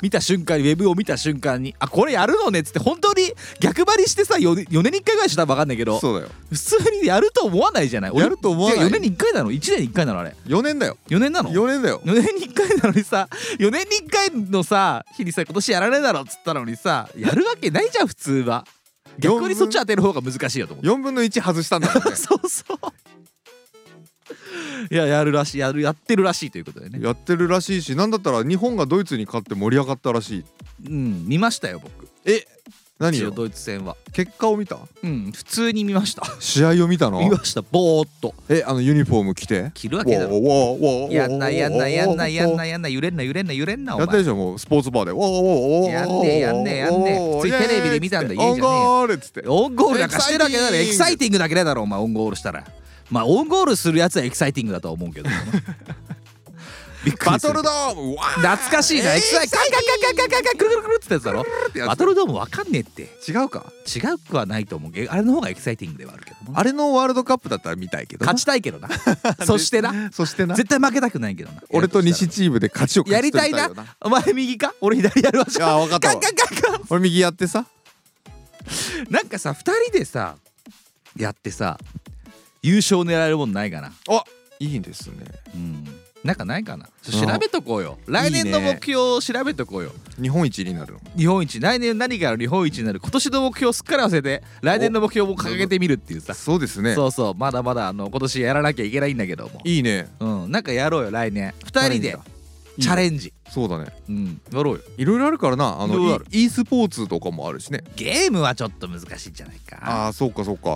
[SPEAKER 2] 見た瞬間にウェブを見た瞬間にあこれやるのねっつって本当に逆張りしてさ 4, 年に1回ぐらいしたら分かんないけど
[SPEAKER 1] そうだよ
[SPEAKER 2] 普通にやると思わないじゃない俺
[SPEAKER 1] やると思わない
[SPEAKER 2] や4年に1回なの1年に1回なのあれ
[SPEAKER 1] 4年だよ
[SPEAKER 2] 4年なの
[SPEAKER 1] 4年だよ
[SPEAKER 2] 4年に1回なのにさ4年に1回のさ日にさ今年やらねえだろっつったのにさやるわけないじゃん普通は逆にそっち当てる方が難しいよと思って
[SPEAKER 1] 4分の1外したんだよ ね
[SPEAKER 2] そうそういややるらしいやるやってるらしいということでね
[SPEAKER 1] やってるらしいしなんだったら日本がドイツに勝って盛り上がったらしい
[SPEAKER 2] うん見ましたよ僕
[SPEAKER 1] え何
[SPEAKER 2] 一応
[SPEAKER 1] よ
[SPEAKER 2] ドイツ戦は
[SPEAKER 1] 結果を見た
[SPEAKER 2] うん普通に見ました
[SPEAKER 1] 試合を見たの
[SPEAKER 2] 見ましたボーっと
[SPEAKER 1] えあのユニフォーム着て
[SPEAKER 2] 着るわけだろ
[SPEAKER 1] わーわーわー
[SPEAKER 2] やんないやんないやんないやんないいやんない揺れんな揺れんな揺れんなお
[SPEAKER 1] やった
[SPEAKER 2] 前
[SPEAKER 1] でしょもうスポーツバーでわーわーわーわーわー
[SPEAKER 2] やんねえやんねえやんねえ普通にテレビで見たんだ
[SPEAKER 1] イエ
[SPEAKER 2] 家じゃ
[SPEAKER 1] ーイっつ
[SPEAKER 2] ね
[SPEAKER 1] って
[SPEAKER 2] えよ
[SPEAKER 1] オンゴールっつって
[SPEAKER 2] オンゴールなんかしてるわけないだろ
[SPEAKER 1] エ
[SPEAKER 2] エ
[SPEAKER 1] キ
[SPEAKER 2] キ
[SPEAKER 1] サ
[SPEAKER 2] サ
[SPEAKER 1] イ
[SPEAKER 2] イ
[SPEAKER 1] テ
[SPEAKER 2] ティングだけだろお前オンゴールしたらまあオンゴールするやつはエキサイティングだとは思うけどびっくりする
[SPEAKER 1] バトルドームわー
[SPEAKER 2] 懐かしいなエキサイティングカンカンカンカンカンカンくるくるくるってやつだろ
[SPEAKER 1] ってやつ
[SPEAKER 2] バトルドームわかんねえって
[SPEAKER 1] 違うか
[SPEAKER 2] 違うくはないと思うけどあれの方がエキサイティングではあるけどな
[SPEAKER 1] あれのワールドカップだったら見たいけどな
[SPEAKER 2] 勝ちたいけどなそしてな
[SPEAKER 1] そしてな
[SPEAKER 2] 絶対負けたくないけどな
[SPEAKER 1] 俺と西
[SPEAKER 2] やる
[SPEAKER 1] チームで勝ちを
[SPEAKER 2] したらや
[SPEAKER 1] 勝ち
[SPEAKER 2] り
[SPEAKER 1] 取り
[SPEAKER 2] たい
[SPEAKER 1] たい
[SPEAKER 2] な
[SPEAKER 1] よな
[SPEAKER 2] お前右か俺左やるわじゃ
[SPEAKER 1] いやわかったわ
[SPEAKER 2] カンカンカンカン
[SPEAKER 1] 俺右やってさ
[SPEAKER 2] なんかさ2人でさやってさ優勝狙えるもんないかな
[SPEAKER 1] はいいですね
[SPEAKER 2] うんなんかないかなちょ
[SPEAKER 1] うん
[SPEAKER 2] 調べとこうよ来年の目標を調べとこうよ
[SPEAKER 1] 日本一になるの
[SPEAKER 2] 日本一来年何が日本一になる今年の目標をすっかり忘れて来年の目標を掲げてみるっていうさ
[SPEAKER 1] そうですね
[SPEAKER 2] そうそうまだまだあの今年やらなきゃいけないんだけども
[SPEAKER 1] いいね
[SPEAKER 2] うんなんかやろうよ来年2人でチャ
[SPEAKER 1] ン
[SPEAKER 2] レンジ
[SPEAKER 1] そうだね
[SPEAKER 2] うんやろうよ
[SPEAKER 1] いろいろあるからなあ
[SPEAKER 2] いろいろ
[SPEAKER 1] の
[SPEAKER 2] ある
[SPEAKER 1] e スポーツとかもあるしね
[SPEAKER 2] ゲームはちょっと難しいんじゃないか
[SPEAKER 1] ああそうかそう
[SPEAKER 2] うん
[SPEAKER 1] か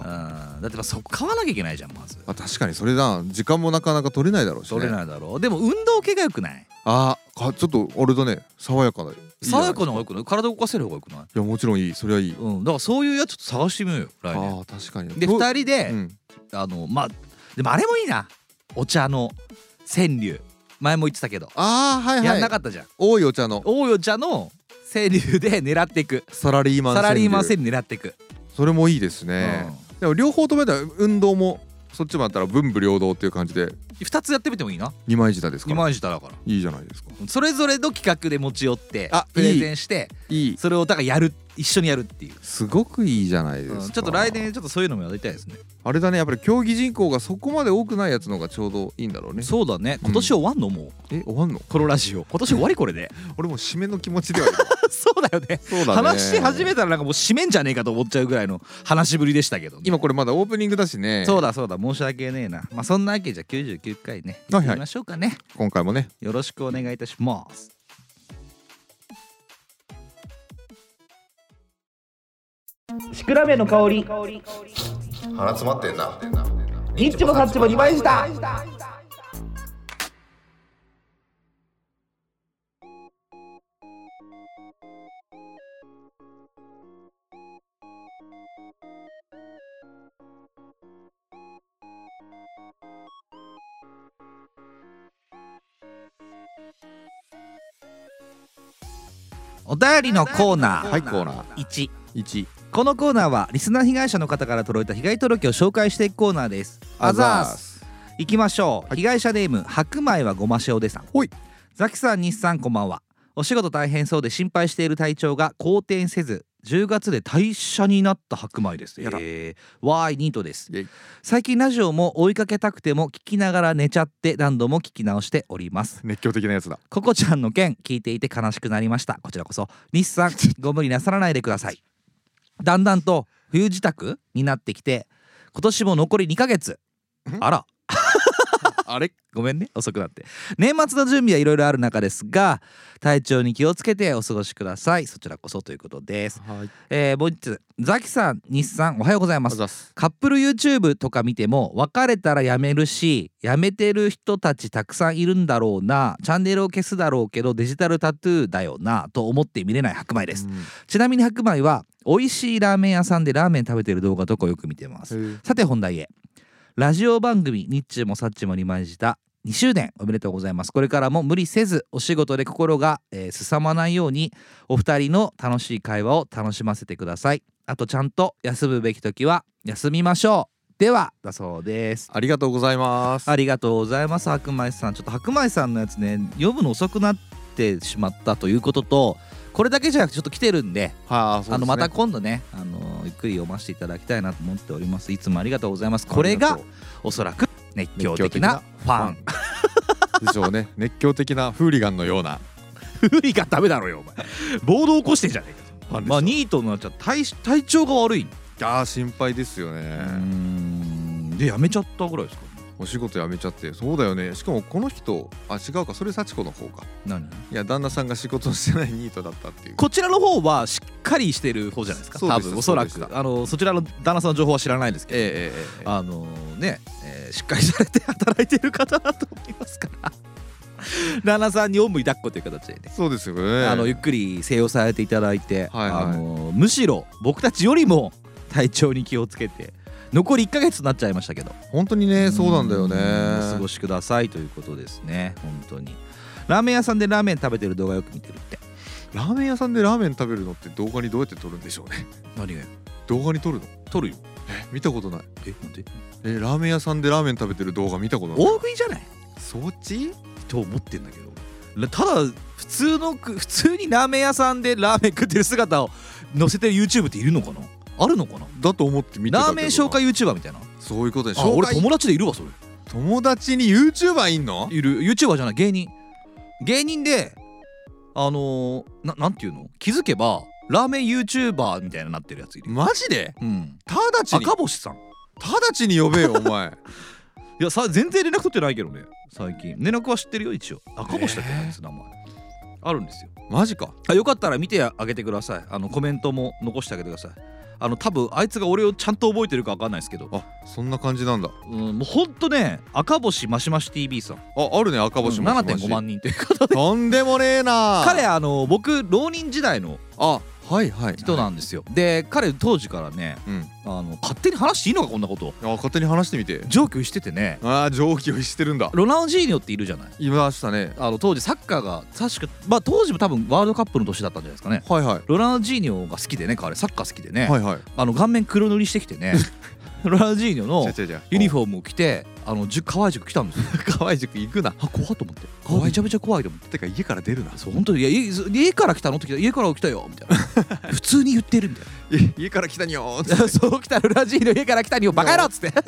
[SPEAKER 2] だってまあそこ買わなきゃいけないじゃんまず
[SPEAKER 1] あ確かにそれだ時間もなかなか取れないだろうし
[SPEAKER 2] それ
[SPEAKER 1] ね
[SPEAKER 2] なんだろうでも運動系がよくない
[SPEAKER 1] あーかちょっと俺だね爽やかないいじゃ
[SPEAKER 2] 爽
[SPEAKER 1] ない
[SPEAKER 2] やかな方がよくない体動かせる方がよくない
[SPEAKER 1] いやもちろんいいそれはいい
[SPEAKER 2] うんだからそういうやつちょっと探してみようよ
[SPEAKER 1] あ
[SPEAKER 2] 来年
[SPEAKER 1] ー確かに
[SPEAKER 2] で
[SPEAKER 1] どう
[SPEAKER 2] 2人で、
[SPEAKER 1] うん
[SPEAKER 2] あのまあでもあれもいいなお茶の川柳前も言ってたけど、
[SPEAKER 1] ああはい
[SPEAKER 2] や
[SPEAKER 1] は
[SPEAKER 2] ん
[SPEAKER 1] い
[SPEAKER 2] なかったじゃん
[SPEAKER 1] 多いお茶の
[SPEAKER 2] 大お茶の川柳で狙っていく
[SPEAKER 1] サラリーマン
[SPEAKER 2] サラリーマ
[SPEAKER 1] 川
[SPEAKER 2] ン川
[SPEAKER 1] 柳
[SPEAKER 2] 柳狙っていく、
[SPEAKER 1] それもいいですねでも両方止めたら運動もそっちもあったら文武両道っていう感じで
[SPEAKER 2] うん、2つやってみてもいいな
[SPEAKER 1] 二枚舌ですか
[SPEAKER 2] 2
[SPEAKER 1] ら
[SPEAKER 2] 万字だから
[SPEAKER 1] いいじゃないですか
[SPEAKER 2] それぞれの企画で持ち寄って
[SPEAKER 1] あ
[SPEAKER 2] プレゼンして
[SPEAKER 1] いい
[SPEAKER 2] それをだからやる一緒にやるっていう、
[SPEAKER 1] すごくいいじゃないです
[SPEAKER 2] う
[SPEAKER 1] か、
[SPEAKER 2] んちょっと来年ちょっとそういうのもやりたいですね
[SPEAKER 1] あれだねやっぱり競技人口がそこまで多くないやつの方がちょうどいいんだろうね
[SPEAKER 2] そうだね今年終わんのもう
[SPEAKER 1] え終わんの
[SPEAKER 2] このラジオ今年終わりこれで
[SPEAKER 1] 俺もう締めの気持ちではいる
[SPEAKER 2] そうだよ ね
[SPEAKER 1] そうだね
[SPEAKER 2] 話し始めたらなんかもう締めんじゃねえかと思っちゃうぐらいの 話しぶりでしたけどね
[SPEAKER 1] 今これまだオープニングだしね
[SPEAKER 2] そうだそうだ申し訳ねえなまあそんなわけじゃ99回ね
[SPEAKER 1] はい
[SPEAKER 2] 行
[SPEAKER 1] はい
[SPEAKER 2] きましょうかね
[SPEAKER 1] 今回もね
[SPEAKER 2] よろしくお願いいたします
[SPEAKER 4] シクラメンの香り
[SPEAKER 3] 鼻詰まってんな
[SPEAKER 4] ニッチもサッチも2枚した
[SPEAKER 2] お便りのコーナー
[SPEAKER 1] はいコーナー
[SPEAKER 2] 1
[SPEAKER 1] 1
[SPEAKER 2] このコーナーはリスナー被害者の方から届いた被害届を紹介していくコーナーですあざーす
[SPEAKER 1] す
[SPEAKER 2] いきましょう、被害者ネーム白米はごま塩でさん
[SPEAKER 1] ほい
[SPEAKER 2] ザキさん西さんこんばんはお仕事大変そうで心配している体調が好転せず10月で退社になった白米です
[SPEAKER 1] やだ
[SPEAKER 2] えーわーいニートです
[SPEAKER 1] イェイ
[SPEAKER 2] 最近ラジオも追いかけたくても聞きながら寝ちゃって何度も聞き直しております
[SPEAKER 1] 熱狂的なやつだ
[SPEAKER 2] ココちゃんの件聞いていて悲しくなりましたこちらこそ西さんご無理なさらないでくださいだんだんと冬支度になってきて今年も残り2ヶ月
[SPEAKER 1] ん
[SPEAKER 2] あらあれごめんね遅くなって年末の準備はいろいろある中ですが体調に気をつけてお過ごしくださいそちらこそということです
[SPEAKER 1] はい
[SPEAKER 2] えー、もう一つザキさん西さんおはようございま
[SPEAKER 1] ますずはす
[SPEAKER 2] カップル YouTube とか見ても別れたら辞めるし辞めてる人たちたくさんいるんだろうなチャンネルを消すだろうけどデジタルタトゥーだよなと思って見れない白米です、
[SPEAKER 1] うん
[SPEAKER 2] ちなみに白米は美味しいラーメン屋さんでラーメン食べてる動画とかをよく見てます
[SPEAKER 1] へー
[SPEAKER 2] さて本題へラジオ番組「ニッチもサッチもにまじた」2周年おめでとうございますこれからも無理せずお仕事で心が、えー、すさまないようにお二人の楽しい会話を楽しませてくださいあとちゃんと休むべき時は休みましょうではだそうです
[SPEAKER 1] ありがとうございます
[SPEAKER 2] ありがとうございます白米さんちょっと白米さんのやつね読むの遅くなってしまったということとこれだけじゃなくてちょっと来てるんで
[SPEAKER 1] はあそうですね
[SPEAKER 2] あのまた今度ねあのゆっくり読ませていただきたいなと思っておりますいつもありがとうございますこれ
[SPEAKER 1] あ
[SPEAKER 2] が
[SPEAKER 1] りとう
[SPEAKER 2] おそらく熱狂的なファン
[SPEAKER 1] ファンでしょう ね熱狂的なフーリガンのような
[SPEAKER 2] フリがダメだろうよお前 暴動起こしてんじゃねえ
[SPEAKER 1] ファンでしょ
[SPEAKER 2] まあニートになっちゃう体体調が悪い、
[SPEAKER 1] あー心配ですよ
[SPEAKER 2] う
[SPEAKER 1] ね
[SPEAKER 2] ーんでやめちゃったぐらいですか
[SPEAKER 1] お仕事辞めちゃってそうだよねしかもこの人あ違うかそれ幸子の方か
[SPEAKER 2] 何
[SPEAKER 1] いや旦那さんが仕事をしてないニートだったっていう
[SPEAKER 2] こちらの方はしっかりしてる方じゃないですか
[SPEAKER 1] そう
[SPEAKER 2] 多
[SPEAKER 1] です
[SPEAKER 2] 分おそら
[SPEAKER 1] そうで
[SPEAKER 2] く
[SPEAKER 1] す
[SPEAKER 2] あのそちらの旦那さんの情報は知らないですけど、
[SPEAKER 1] ええええええ
[SPEAKER 2] あのね、えーしっかりされて働いてる方だと思いますから旦那さんにおんぶに抱っこという形でね
[SPEAKER 1] そうですよね
[SPEAKER 2] あのゆっくり静養されていただいて、
[SPEAKER 1] はいはい
[SPEAKER 2] あのむしろ僕たちよりも体調に気をつけて残り1ヶ月になっちゃいましたけど、
[SPEAKER 1] 本当にねそうなんだよ
[SPEAKER 2] うんお過
[SPEAKER 1] ね
[SPEAKER 2] ごしくださいということですね本当にラーメン屋さんでラーメン食べてる動画よく見てるって
[SPEAKER 1] ラーメン屋さんでラーメン食べるのって動画にどうやって撮るんでしょうね
[SPEAKER 2] 何が
[SPEAKER 1] 動画に撮るの
[SPEAKER 2] 撮るよ
[SPEAKER 1] え見たことない
[SPEAKER 2] えなんで
[SPEAKER 1] えラーメン屋さんでラーメン食べてる動画見たことない
[SPEAKER 2] 大食いじゃない
[SPEAKER 1] そっち
[SPEAKER 2] と思ってんだけどらただ普通のく普通にラーメン屋さんでラーメン食ってる姿を載せてる YouTube っているのかなあるのかな
[SPEAKER 1] だと思って見てたけど
[SPEAKER 2] ラーメン紹介 YouTuber みたいな
[SPEAKER 1] そういうことでし
[SPEAKER 2] あ
[SPEAKER 1] ょ
[SPEAKER 2] 俺友達でいるわそれ
[SPEAKER 1] 友達に YouTuber いんの
[SPEAKER 2] いる YouTuber じゃない芸人芸人であのー、ななんていうの気づけばラーメン YouTuber みたいになってるやついるよ、
[SPEAKER 1] マジで
[SPEAKER 2] うん
[SPEAKER 1] 直ちに
[SPEAKER 2] 赤星さん
[SPEAKER 1] 直ちに呼べよお前
[SPEAKER 2] いやさ全然連絡取ってないけどね最近連絡は知ってるよ一応赤星だっけ
[SPEAKER 1] えー
[SPEAKER 2] あいつ名前あるんですよ
[SPEAKER 1] マジか
[SPEAKER 2] あよかったら見てあげてくださいあのコメントも残してあげてくださいあの多分あいつが俺をちゃんと覚えてるか分かんないですけど、
[SPEAKER 1] あそんな感じなんだ
[SPEAKER 2] うん、もうほんとね赤星マシマシ TV さん
[SPEAKER 1] ああるね赤星
[SPEAKER 2] うん
[SPEAKER 1] も
[SPEAKER 2] 7.5万人ということで
[SPEAKER 1] とんでもねえな
[SPEAKER 2] 彼あの僕浪人時代の
[SPEAKER 1] あはいはい
[SPEAKER 2] 人なんですよ、で彼当時からね
[SPEAKER 1] うん
[SPEAKER 2] あの勝手に話していいのかこんなこと
[SPEAKER 1] あ勝手に話してみて
[SPEAKER 2] 上級しててね
[SPEAKER 1] ああ上気を逸してるんだ
[SPEAKER 2] ロナウジーニョっているじゃない
[SPEAKER 1] いましたね
[SPEAKER 2] あの当時サッカーが確かまあ当時も多分ワールドカップの年だったんじゃないですかね
[SPEAKER 1] はいはい
[SPEAKER 2] ロナウジーニョが好きでね彼サッカー好きでね、
[SPEAKER 1] はいはい
[SPEAKER 2] あの顔面黒塗りしてきて ねロナウジーニョの
[SPEAKER 1] 違う違う違う
[SPEAKER 2] ユニフォームを着てあのじゅ河合塾来たんですよ
[SPEAKER 1] 河合塾行くな
[SPEAKER 2] あ怖っと思って
[SPEAKER 1] 怖い
[SPEAKER 2] めちゃめちゃ怖いと思って
[SPEAKER 1] てか家から出るな
[SPEAKER 2] そう本当にいやい家から来たのって聞いたら家から来たよみたい な普通に言ってるみたい
[SPEAKER 1] い家から来たにょーっつっ
[SPEAKER 2] なそう来たロナウジーニョ家から来たによバカ野郎っつって
[SPEAKER 1] て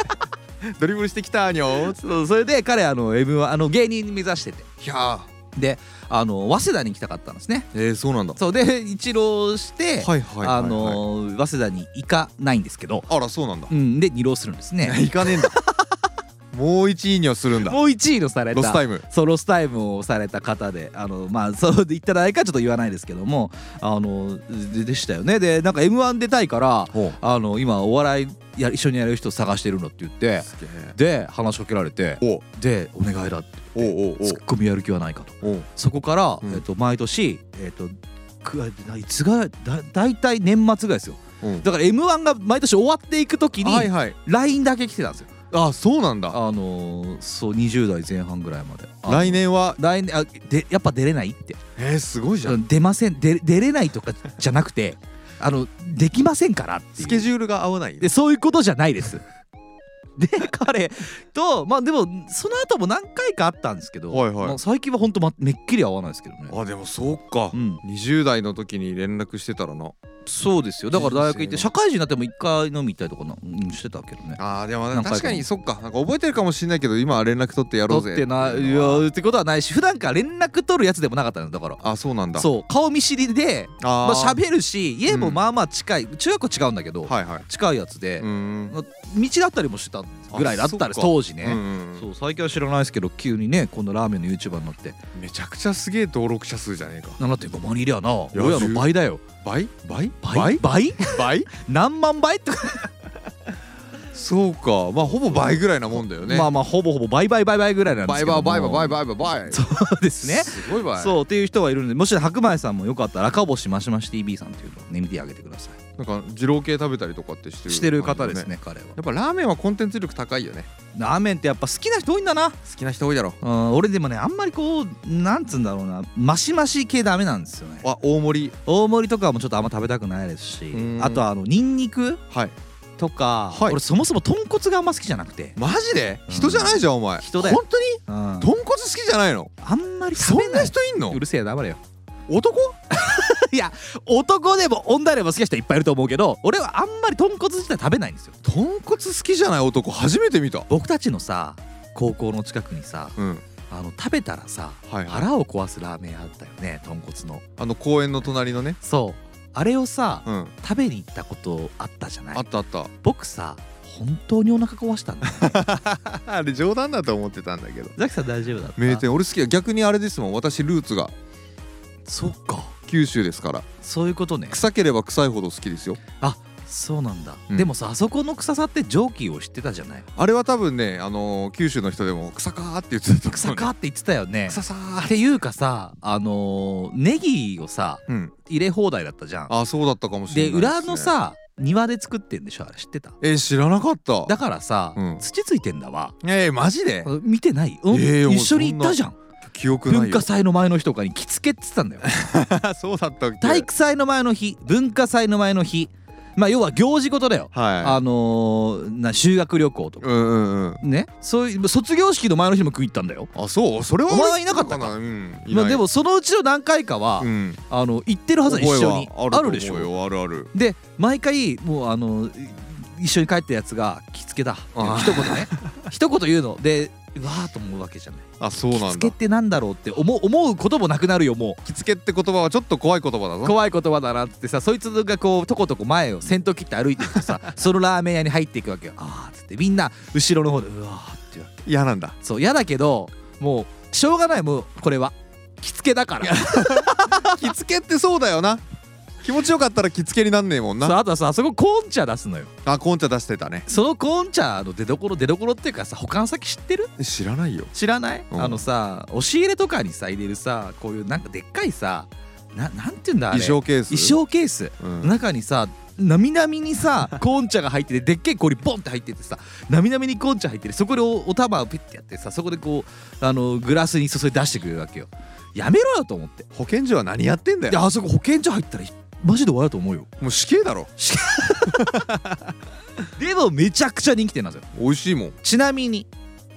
[SPEAKER 1] ドリブルしてきたにょーっつっ
[SPEAKER 2] そうそれで彼あの M あの芸人目指してて
[SPEAKER 1] ていやー
[SPEAKER 2] であの早稲田に行きたかったんですね
[SPEAKER 1] えー、そうなんだ
[SPEAKER 2] そうで一浪して、
[SPEAKER 1] はいはいはい、はい、
[SPEAKER 2] あの早稲田に行かないんですけど、
[SPEAKER 1] あらそうなんだ
[SPEAKER 2] うん、で二浪するんですね
[SPEAKER 1] 行かねえんだもう一位にはするんだ
[SPEAKER 2] もう1位のされ
[SPEAKER 1] ロスタ
[SPEAKER 2] た
[SPEAKER 1] イム
[SPEAKER 2] ソロスタイムをされた方であのまあそう言ったらあれかちょっと言わないですけどもあのででしたよねでなんか m 1出たいから
[SPEAKER 1] ほう
[SPEAKER 2] あの今お笑いや一緒にやる人探してるのって言って
[SPEAKER 1] すげえ
[SPEAKER 2] で話しかけられて
[SPEAKER 1] おう
[SPEAKER 2] でお願いだって
[SPEAKER 1] おうおう
[SPEAKER 2] ツッコミやる気はないかと。
[SPEAKER 1] おうおう
[SPEAKER 2] そこから、
[SPEAKER 1] うん
[SPEAKER 2] えっと毎年、えっとくあないつがだ大体年末ぐらいですよ
[SPEAKER 1] うん
[SPEAKER 2] だから m 1が毎年終わっていく時
[SPEAKER 1] はい
[SPEAKER 2] に
[SPEAKER 1] はい
[SPEAKER 2] LINE だけ来てたんですよ
[SPEAKER 1] あそうなんだ
[SPEAKER 2] あのーそう20代前半ぐらいまであの
[SPEAKER 1] 来年は
[SPEAKER 2] 来年あでやっぱ出れないって
[SPEAKER 1] えー、すごいじゃん、
[SPEAKER 2] うん出ませんで出れないとかじゃなくてあのできませんからっていう
[SPEAKER 1] スケジュールが合わない
[SPEAKER 2] でそういうことじゃないですで彼とまあでもその後も何回かあったんですけど、
[SPEAKER 1] はいはい
[SPEAKER 2] まあ最近は本当まめっきり合わないですけどね
[SPEAKER 1] あでもそうか、
[SPEAKER 2] うん
[SPEAKER 1] 20代の時に連絡してたらな
[SPEAKER 2] そうですよだから大学
[SPEAKER 1] 人
[SPEAKER 2] 行っ
[SPEAKER 1] 生
[SPEAKER 2] て
[SPEAKER 1] の
[SPEAKER 2] 社会人になっても一回飲み行ったりとかな、うん、してたけどね
[SPEAKER 1] あーでも
[SPEAKER 2] な
[SPEAKER 1] ね
[SPEAKER 2] んか
[SPEAKER 1] 確かにそっかなんか覚えてるかもしれないけど今は連絡取ってやろうぜ
[SPEAKER 2] 取ってないいやってことはないし普段から連絡取るやつでもなかったのだから
[SPEAKER 1] あそうなんだ
[SPEAKER 2] そう顔見知りで
[SPEAKER 1] あー
[SPEAKER 2] まあ喋るし家もまあまあ近い、中学校違うんだけど、
[SPEAKER 1] はいはい
[SPEAKER 2] 近いやつで、
[SPEAKER 1] うーん
[SPEAKER 2] まあ道だったりもしてたんですぐらいだったんです
[SPEAKER 1] あそっか
[SPEAKER 2] 当時ね、
[SPEAKER 1] うんうん
[SPEAKER 2] そう最近は知らないですけど急にねこのラーメンの YouTuber になって
[SPEAKER 1] めちゃくちゃすげえ登録者数じゃねえか
[SPEAKER 2] 7.5万人いりゃな
[SPEAKER 1] や
[SPEAKER 2] 親の倍だよ
[SPEAKER 1] 倍倍
[SPEAKER 2] 倍倍
[SPEAKER 1] 倍
[SPEAKER 2] 何万倍とか、
[SPEAKER 1] そうかまあほぼ倍ぐらいなもんだよね
[SPEAKER 2] まあまあほぼほぼ倍倍倍倍ぐらいなんです
[SPEAKER 1] 倍
[SPEAKER 2] けども
[SPEAKER 1] 倍倍倍倍倍倍倍
[SPEAKER 2] そうですね
[SPEAKER 1] すごい倍
[SPEAKER 2] そうっていう人はいるんでもし白米さんもよかったら赤星マシマシ TV さんっていうのをね見てあげてください
[SPEAKER 1] なんか二郎系食べたりとかってしてる
[SPEAKER 2] してる方ですね彼は
[SPEAKER 1] やっぱラーメンはコンテンツ力高いよね
[SPEAKER 2] ラーメンってやっぱ好きな人多いんだな
[SPEAKER 1] 好きな人多いだろ
[SPEAKER 2] うん俺でもねあんまりこうなんつうんだろうなマシマシ系ダメなんですよね
[SPEAKER 1] あ大盛り
[SPEAKER 2] 大盛りとかもちょっとあんま食べたくないですし
[SPEAKER 1] うん
[SPEAKER 2] あとあのニンニク
[SPEAKER 1] はい
[SPEAKER 2] とか、
[SPEAKER 1] はい
[SPEAKER 2] 俺そもそも豚骨があんま好きじゃなくて、
[SPEAKER 1] マジで
[SPEAKER 2] うん
[SPEAKER 1] 人じゃないじゃんお前
[SPEAKER 2] 人だよ
[SPEAKER 1] 本当に
[SPEAKER 2] うん、あ
[SPEAKER 1] 豚骨好きじゃないの
[SPEAKER 2] んまり食
[SPEAKER 1] そ
[SPEAKER 2] べ
[SPEAKER 1] ん
[SPEAKER 2] な
[SPEAKER 1] ない人いんの
[SPEAKER 2] うるせえ黙れよ
[SPEAKER 1] 男
[SPEAKER 2] いや男でも女でも好きな人いっぱいいると思うけど俺はあんまり豚骨自体食べないんですよ
[SPEAKER 1] 豚骨好きじゃない男初めて見た
[SPEAKER 2] 僕たちのさ高校の近くにさ
[SPEAKER 1] うん
[SPEAKER 2] あの食べたらさ、
[SPEAKER 1] はいはい
[SPEAKER 2] 腹を壊すラーメンあったよね豚骨の
[SPEAKER 1] あの公園の隣のね
[SPEAKER 2] そうあれをさ、
[SPEAKER 1] うん
[SPEAKER 2] 食べに行ったことあったじゃない
[SPEAKER 1] あったあ った
[SPEAKER 2] 僕さ本当にお腹壊した んだよ
[SPEAKER 1] あれ冗談だと思ってたんだけど
[SPEAKER 2] ザキさん大丈夫だった
[SPEAKER 1] 名店俺好きや逆にあれですもん私ルーツが
[SPEAKER 2] そっか
[SPEAKER 1] 九州ですから
[SPEAKER 2] そういうことね
[SPEAKER 1] 臭ければ臭いほど好きですよ
[SPEAKER 2] そうなんだ、
[SPEAKER 1] うん
[SPEAKER 2] でもさあそこの臭さって蒸気を知ってたじゃない
[SPEAKER 1] あれは多分ね、あのー九州の人でも「臭か」って言ってたと
[SPEAKER 2] 臭
[SPEAKER 1] 思うね
[SPEAKER 2] かって言ってたよね
[SPEAKER 1] 臭さー
[SPEAKER 2] っ
[SPEAKER 1] って
[SPEAKER 2] ていうかさあのーネギをさ
[SPEAKER 1] うん
[SPEAKER 2] 入れ放題だったじゃん
[SPEAKER 1] あそうだったかもしれな
[SPEAKER 2] で
[SPEAKER 1] い
[SPEAKER 2] 裏のさ庭で作ってんでしょあれ知ってた
[SPEAKER 1] え知らなかった
[SPEAKER 2] だからさ、
[SPEAKER 1] うん
[SPEAKER 2] 土ついてんだわ
[SPEAKER 1] えー、マジで
[SPEAKER 2] 見てない、うん
[SPEAKER 1] えーもう
[SPEAKER 2] 一緒に行ったじゃん
[SPEAKER 1] 記憶ない
[SPEAKER 2] 文
[SPEAKER 1] よ
[SPEAKER 2] 化祭の前の日とかに着付けって言ってたんだよ
[SPEAKER 1] そうだったっけ
[SPEAKER 2] 体育祭の前の日文化祭の前の日まあ要は行事ごとだよ、
[SPEAKER 1] は
[SPEAKER 2] あ
[SPEAKER 1] い
[SPEAKER 2] のーな修学旅行とか、
[SPEAKER 1] うんうんうん
[SPEAKER 2] ねそういう卒業式の前の日も食い行ったんだよ
[SPEAKER 1] あそうそれは
[SPEAKER 2] お前はいなかったか
[SPEAKER 1] うんいない
[SPEAKER 2] まあ、でもそのうちの何回かは、
[SPEAKER 1] うん
[SPEAKER 2] あの行ってるはずだ一緒に
[SPEAKER 1] 覚えは
[SPEAKER 2] ある
[SPEAKER 1] と思う
[SPEAKER 2] でしょ
[SPEAKER 1] よあるある
[SPEAKER 2] で毎回もうあのい一緒に帰ったやつが「着付けだ」
[SPEAKER 1] あ
[SPEAKER 2] 一言ね一言言うのでうわーと思うわけじゃない
[SPEAKER 1] あそう
[SPEAKER 2] 着
[SPEAKER 1] なん
[SPEAKER 2] 付け
[SPEAKER 1] だ
[SPEAKER 2] ってなんだろうって思う思うこともなくなるよも
[SPEAKER 1] 着付けって言葉はちょっと怖い言葉だ
[SPEAKER 2] う
[SPEAKER 1] ぞ
[SPEAKER 2] 怖い言葉だなってさそいつがこうとことこ前を先頭切って歩いてる とさそのラーメン屋に入っていくわけよあーっつってみんな後ろの方でうわーって言うわけ
[SPEAKER 1] 嫌 なんだ
[SPEAKER 2] そう嫌だけどもうしょうがないもうこれは着付けだから
[SPEAKER 1] 着付けってそうだよな気持ちよかったら着付けになんねえもん
[SPEAKER 2] そう
[SPEAKER 1] な
[SPEAKER 2] あとはさあそこコーン茶出すのよ
[SPEAKER 1] あコンチャ出してたね
[SPEAKER 2] そのコーン茶の出どころ出どころっていうかさ保管先知ってる
[SPEAKER 1] 知らないよ
[SPEAKER 2] 知らない、
[SPEAKER 1] うん
[SPEAKER 2] あのさ押し入れとかにさ入れるさこういうなんかでっかいさななんていうんだあれ
[SPEAKER 1] 衣装ケース
[SPEAKER 2] 衣装ケース、
[SPEAKER 1] うん
[SPEAKER 2] 中にさなみなみにさ コーン茶が入っててでっけえ氷ボンって入っててさなみなみにコーン茶入っててそこでおお玉をピッてやってさそこでこうあのグラスに注いで出してくれるわけよやめろよと思って
[SPEAKER 1] 保健所は何やってんだ
[SPEAKER 2] で
[SPEAKER 1] よ
[SPEAKER 2] あそこ保健所入ったらマジで終わると思うよ
[SPEAKER 1] もう死刑だろ
[SPEAKER 2] でもめちゃくちゃ人気店なんですよ
[SPEAKER 1] 美味しいもん
[SPEAKER 2] ちなみに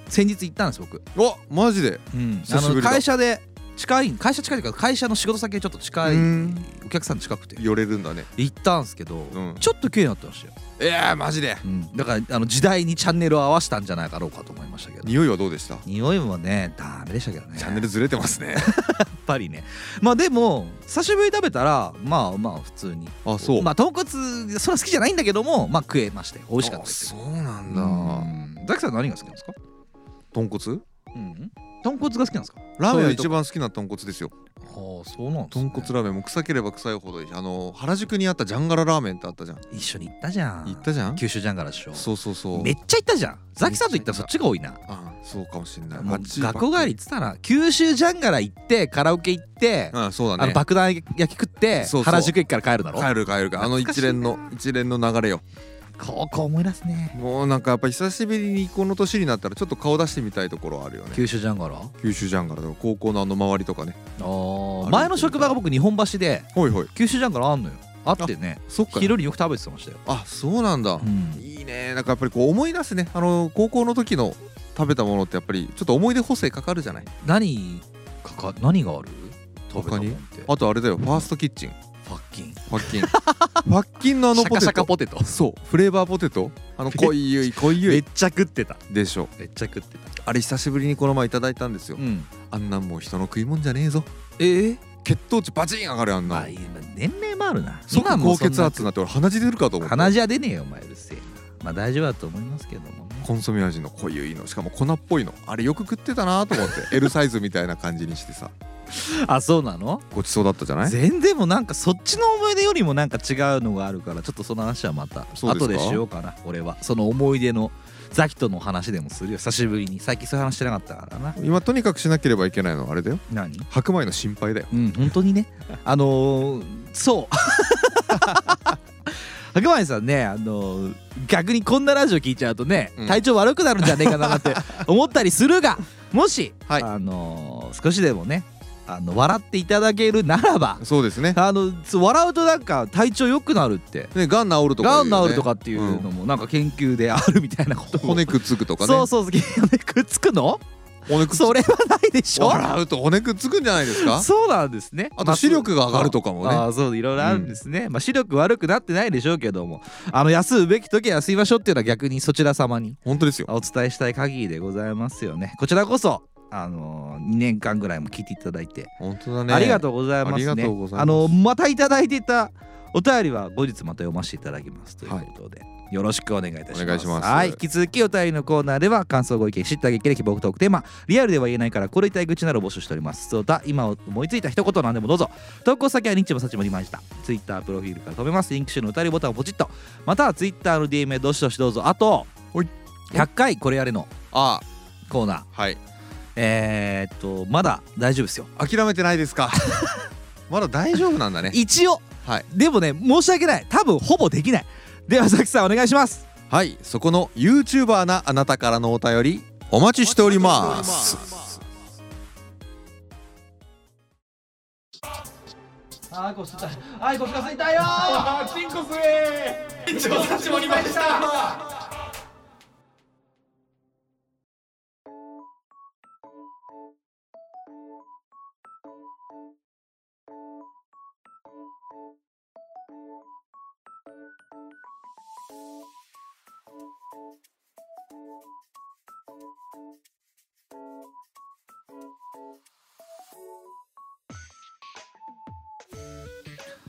[SPEAKER 2] 先日行ったんです僕
[SPEAKER 1] あマジで
[SPEAKER 2] うん
[SPEAKER 1] 久
[SPEAKER 2] あ
[SPEAKER 1] しぶ
[SPEAKER 2] の
[SPEAKER 1] りだ
[SPEAKER 2] 会社で近い会社近いというか会社の仕事先がちょっと近い
[SPEAKER 1] うん
[SPEAKER 2] お客さん近くて
[SPEAKER 1] 寄れるんだね
[SPEAKER 2] 行ったんですけど、
[SPEAKER 1] ん
[SPEAKER 2] ちょっと綺麗になってましたよ、
[SPEAKER 1] えー、マジで
[SPEAKER 2] だからあの時代にチャンネルを合わせたんじゃないかろうかと思いましたけど
[SPEAKER 1] 匂いはどうでした
[SPEAKER 2] 匂いもねダメでしたけどね
[SPEAKER 1] チャンネ
[SPEAKER 2] や
[SPEAKER 1] ルずれてます ね
[SPEAKER 2] っぱりねまあでも久しぶりに食べたらまあまあ普通に
[SPEAKER 1] あそう
[SPEAKER 2] まあ豚骨そんな好きじゃないんだけどもまあ食えまして美味しかった
[SPEAKER 1] あ
[SPEAKER 2] です
[SPEAKER 1] そうなんだ、
[SPEAKER 2] うんザキさん何が好きなんですか、
[SPEAKER 1] 豚骨
[SPEAKER 2] うん、豚骨が好きなんですか
[SPEAKER 1] ラーメン
[SPEAKER 2] そう
[SPEAKER 1] は
[SPEAKER 2] いうと
[SPEAKER 1] 一番好きな豚骨ですよ
[SPEAKER 2] ああそうなんです、
[SPEAKER 1] 豚
[SPEAKER 2] ね、
[SPEAKER 1] 骨ラーメンも臭ければ臭いほどいいしあの原宿にあったジャンガララーメンってあったじゃん
[SPEAKER 2] 一緒に行ったじゃん
[SPEAKER 1] 行ったじゃん
[SPEAKER 2] 九州ジャンガラでしょ
[SPEAKER 1] そうそうそう
[SPEAKER 2] めっちゃ行ったじゃんザキさんと行ったらそっちが多いな
[SPEAKER 1] あそうかもしんない
[SPEAKER 2] もう
[SPEAKER 1] あっちばっ
[SPEAKER 2] 学
[SPEAKER 1] か
[SPEAKER 2] 校帰り行ってたら九州ジャンガラ行ってカラオケ行って、
[SPEAKER 1] うんそうだ
[SPEAKER 2] あの
[SPEAKER 1] ね
[SPEAKER 2] 爆弾焼き食って
[SPEAKER 1] そうそう
[SPEAKER 2] 原宿駅から帰るだろ
[SPEAKER 1] 帰る帰るかあの
[SPEAKER 2] 懐か
[SPEAKER 1] 一
[SPEAKER 2] しいな
[SPEAKER 1] 連の一連の流れよ
[SPEAKER 2] 高校思い出すね
[SPEAKER 1] もうなんかやっぱ久しぶりにこの年になったらちょっと顔出してみたいところはあるよね
[SPEAKER 2] 九州ジャンガラあ
[SPEAKER 1] 九州ジャンガラとか高校のあの周りとかね
[SPEAKER 2] ー
[SPEAKER 1] あ
[SPEAKER 2] 前の職場が僕日本橋で
[SPEAKER 1] ほいほい
[SPEAKER 2] 九州ジャンガラあんのよあってね
[SPEAKER 1] そっか
[SPEAKER 2] 昼によく食べてましたよ、
[SPEAKER 1] あそうなんだ
[SPEAKER 2] うん
[SPEAKER 1] いいねなんかやっぱりこう思い出すねあの高校の時の食べたものってやっぱりちょっと思い出補正かかるじゃない
[SPEAKER 2] 何かか何がある食
[SPEAKER 1] 他
[SPEAKER 2] べたもんっ
[SPEAKER 1] に
[SPEAKER 2] て
[SPEAKER 1] あとあれだよファーストキッチン
[SPEAKER 2] パッキン
[SPEAKER 1] パ ッキンパッキンのあの
[SPEAKER 2] シャ
[SPEAKER 1] ポ
[SPEAKER 2] カシャ
[SPEAKER 1] テ
[SPEAKER 2] カ
[SPEAKER 1] ト
[SPEAKER 2] ポテトそう
[SPEAKER 1] フレーバーポテトあの濃いゆい濃いゆ
[SPEAKER 2] めっ
[SPEAKER 1] い
[SPEAKER 2] ちゃ食ってた
[SPEAKER 1] でしょ
[SPEAKER 2] めっちゃ食ってた
[SPEAKER 1] あれ久しぶりにこの前いただいたんですよ
[SPEAKER 2] うん
[SPEAKER 1] あんなんもう人の食い物じゃねえぞ
[SPEAKER 2] えー、
[SPEAKER 1] 血糖値バチン上がるよあん
[SPEAKER 2] ま
[SPEAKER 1] な
[SPEAKER 2] あ
[SPEAKER 1] ん
[SPEAKER 2] 今年齢もあるな
[SPEAKER 1] 即
[SPEAKER 2] 今も
[SPEAKER 1] 高
[SPEAKER 2] そんな
[SPEAKER 1] 血圧になって俺鼻血出るかと思って
[SPEAKER 2] 鼻血は出ねえよお前うるせえなまあ大丈夫だと思いますけどもね
[SPEAKER 1] コンソメ味の濃ゆいのしかも粉っぽいのあれよく食ってたなと思って L サイズみたいな感じにしてさ
[SPEAKER 2] あそうなの
[SPEAKER 1] ごちそうだったじゃない
[SPEAKER 2] 全然もうなんかそっちの思い出よりもなんか違うのがあるからちょっとその話はまた
[SPEAKER 1] そうです
[SPEAKER 2] 後
[SPEAKER 1] か
[SPEAKER 2] でしようかな俺はその思い出のザキとの話でもするよ久しぶりに最近そういう話してなかったからな
[SPEAKER 1] 今とにかくしなければいけないのはあれだよ
[SPEAKER 2] 何
[SPEAKER 1] 白米の心配だよ
[SPEAKER 2] うん本当にねあのーそう白米さんね、あのー逆にこんなラジオ聞いちゃうとね、
[SPEAKER 1] うん
[SPEAKER 2] 体調悪くなるんじゃねえかなって 思ったりするがもし、
[SPEAKER 1] はい
[SPEAKER 2] あのー少しでもねあの笑っていただけるならば
[SPEAKER 1] そうですね
[SPEAKER 2] あのつ笑うとなんか体調良くなるって
[SPEAKER 1] ねがん治るとか言
[SPEAKER 2] が
[SPEAKER 1] うんよね
[SPEAKER 2] 治るとかっていうのもなんか研究であるみたいなことも、
[SPEAKER 1] 骨くっつくとかね
[SPEAKER 2] そうそうそう 骨くっつくの
[SPEAKER 1] 骨くっつく
[SPEAKER 2] それはないでしょ
[SPEAKER 1] 笑うと骨くっつくんじゃないですか
[SPEAKER 2] そうなんですね
[SPEAKER 1] あ
[SPEAKER 2] ま
[SPEAKER 1] と視力が上がるとかもね
[SPEAKER 2] ああそういろいろあるんですね、まあ視力悪くなってないでしょうけどもあの休むべき時は休みましょうっていうのは逆にそちら様に
[SPEAKER 1] 本当ですよ
[SPEAKER 2] お伝えしたい限りでございますよねこちらこそあの2年間ぐらいも聞いていただいて
[SPEAKER 1] 本当だね
[SPEAKER 2] ありがとうございますね。
[SPEAKER 1] ありがとうございます
[SPEAKER 2] あのまたいただいていたお便りは後日また読ませていただきますということで。よろしくお願いいたします。
[SPEAKER 1] お願いします
[SPEAKER 2] はい、引き続きお便りのコーナーでは感想ご意見、知った激励、希望トークテーマ、リアルでは言えないからこれ言いたい口などを募集しております。そうだ、今思いついた一言なんでもどうぞ。投稿先はニッチもサチもリマイした。ツイッタープロフィールから飛べます。リンク集のお便りボタンをポチッと。またはツイッターの DM へどしどしどうぞ。あと、
[SPEAKER 1] ほい
[SPEAKER 2] 100回これやれの
[SPEAKER 1] あ
[SPEAKER 2] コーナー。
[SPEAKER 1] はい
[SPEAKER 2] えー、っと、まだ大丈夫ですよ。
[SPEAKER 1] 諦めてないですか まだ大丈夫なんだね
[SPEAKER 2] 一応
[SPEAKER 1] はい
[SPEAKER 2] でもね申し訳ない多分ほぼできないではザキさんお願いします
[SPEAKER 1] はいそこの YouTuber なあなたからのお便りお待ちしております
[SPEAKER 2] あーこすいたあーこすかすいたよ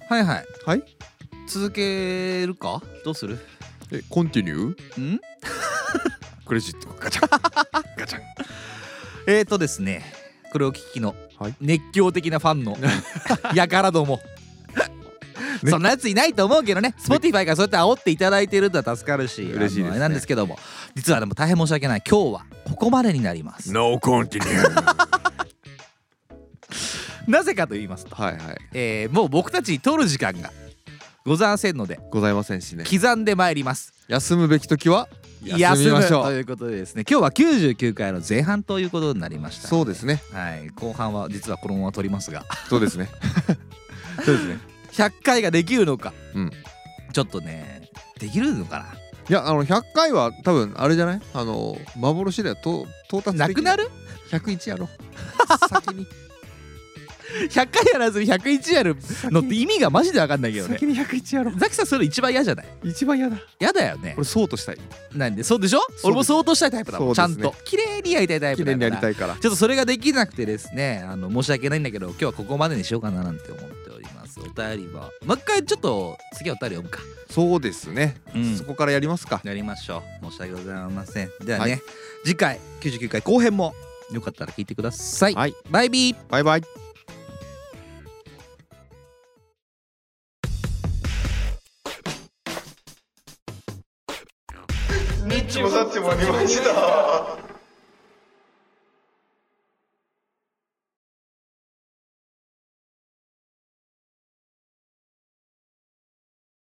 [SPEAKER 2] はいはい
[SPEAKER 1] はい
[SPEAKER 2] 続けるかどうする
[SPEAKER 1] えコンティニュー
[SPEAKER 2] ん
[SPEAKER 1] クレジットガ チャンガチャン
[SPEAKER 2] えーとですねこれをお聞きの
[SPEAKER 1] はい
[SPEAKER 2] 熱狂的なファンのやからどもそんなやついないと思うけどね Spotify からそうやって煽っていただいてるとは助かるし
[SPEAKER 1] 嬉しいですね
[SPEAKER 2] あのあれなんですけども実はでも大変申し訳ない今日はここまでになりますな
[SPEAKER 1] No continue
[SPEAKER 2] ぜかと言います と
[SPEAKER 1] はいはい
[SPEAKER 2] えーもう僕たちに取る時間がございませんので
[SPEAKER 1] ございませんしね
[SPEAKER 2] 刻んでまいります
[SPEAKER 1] 休むべき時は休みまし
[SPEAKER 2] 休む
[SPEAKER 1] ょ
[SPEAKER 2] と
[SPEAKER 1] う
[SPEAKER 2] いうことでですね今日は99回の前半ということになりました
[SPEAKER 1] そうですね
[SPEAKER 2] はい後半は実はこのまま取りますが
[SPEAKER 1] そうですねそう ですね
[SPEAKER 2] 100回ができるのか、
[SPEAKER 1] うん
[SPEAKER 2] ちょっとねできるのかない
[SPEAKER 1] やあの100回は多分あれじゃないあの幻ではと到達でき
[SPEAKER 2] なくな
[SPEAKER 1] る
[SPEAKER 2] る
[SPEAKER 1] 101やろ 先に
[SPEAKER 2] ?100 回やらずに101やるのって意味がマジで分かんないけどね
[SPEAKER 1] 先に101やろ
[SPEAKER 2] ザキさんそれ一番嫌じゃない
[SPEAKER 1] 一番嫌だ
[SPEAKER 2] 嫌だよね
[SPEAKER 1] 俺そうとしたい
[SPEAKER 2] なんでそうでしょ
[SPEAKER 1] す
[SPEAKER 2] 俺も相当したいタイプだもん、ち
[SPEAKER 1] そ
[SPEAKER 2] ゃ
[SPEAKER 1] うで
[SPEAKER 2] ん
[SPEAKER 1] すね
[SPEAKER 2] と綺麗にやりたいタイプ
[SPEAKER 1] 綺
[SPEAKER 2] だ
[SPEAKER 1] 麗
[SPEAKER 2] か
[SPEAKER 1] に
[SPEAKER 2] ら
[SPEAKER 1] やりたいから
[SPEAKER 2] ちょっとそれができなくてですねあの申し訳ないんだけど今日はここまでにしようかななんて思っておりますお便りはもう一回ちょっと次はお便り読むか
[SPEAKER 1] そうですね、
[SPEAKER 2] うん
[SPEAKER 1] そこからやりますか
[SPEAKER 2] やりましょう申し訳ございませんではね、
[SPEAKER 1] はい
[SPEAKER 2] 次回99回後編もよかったら聞いてください、
[SPEAKER 1] はい
[SPEAKER 2] バイビー
[SPEAKER 1] バイバイ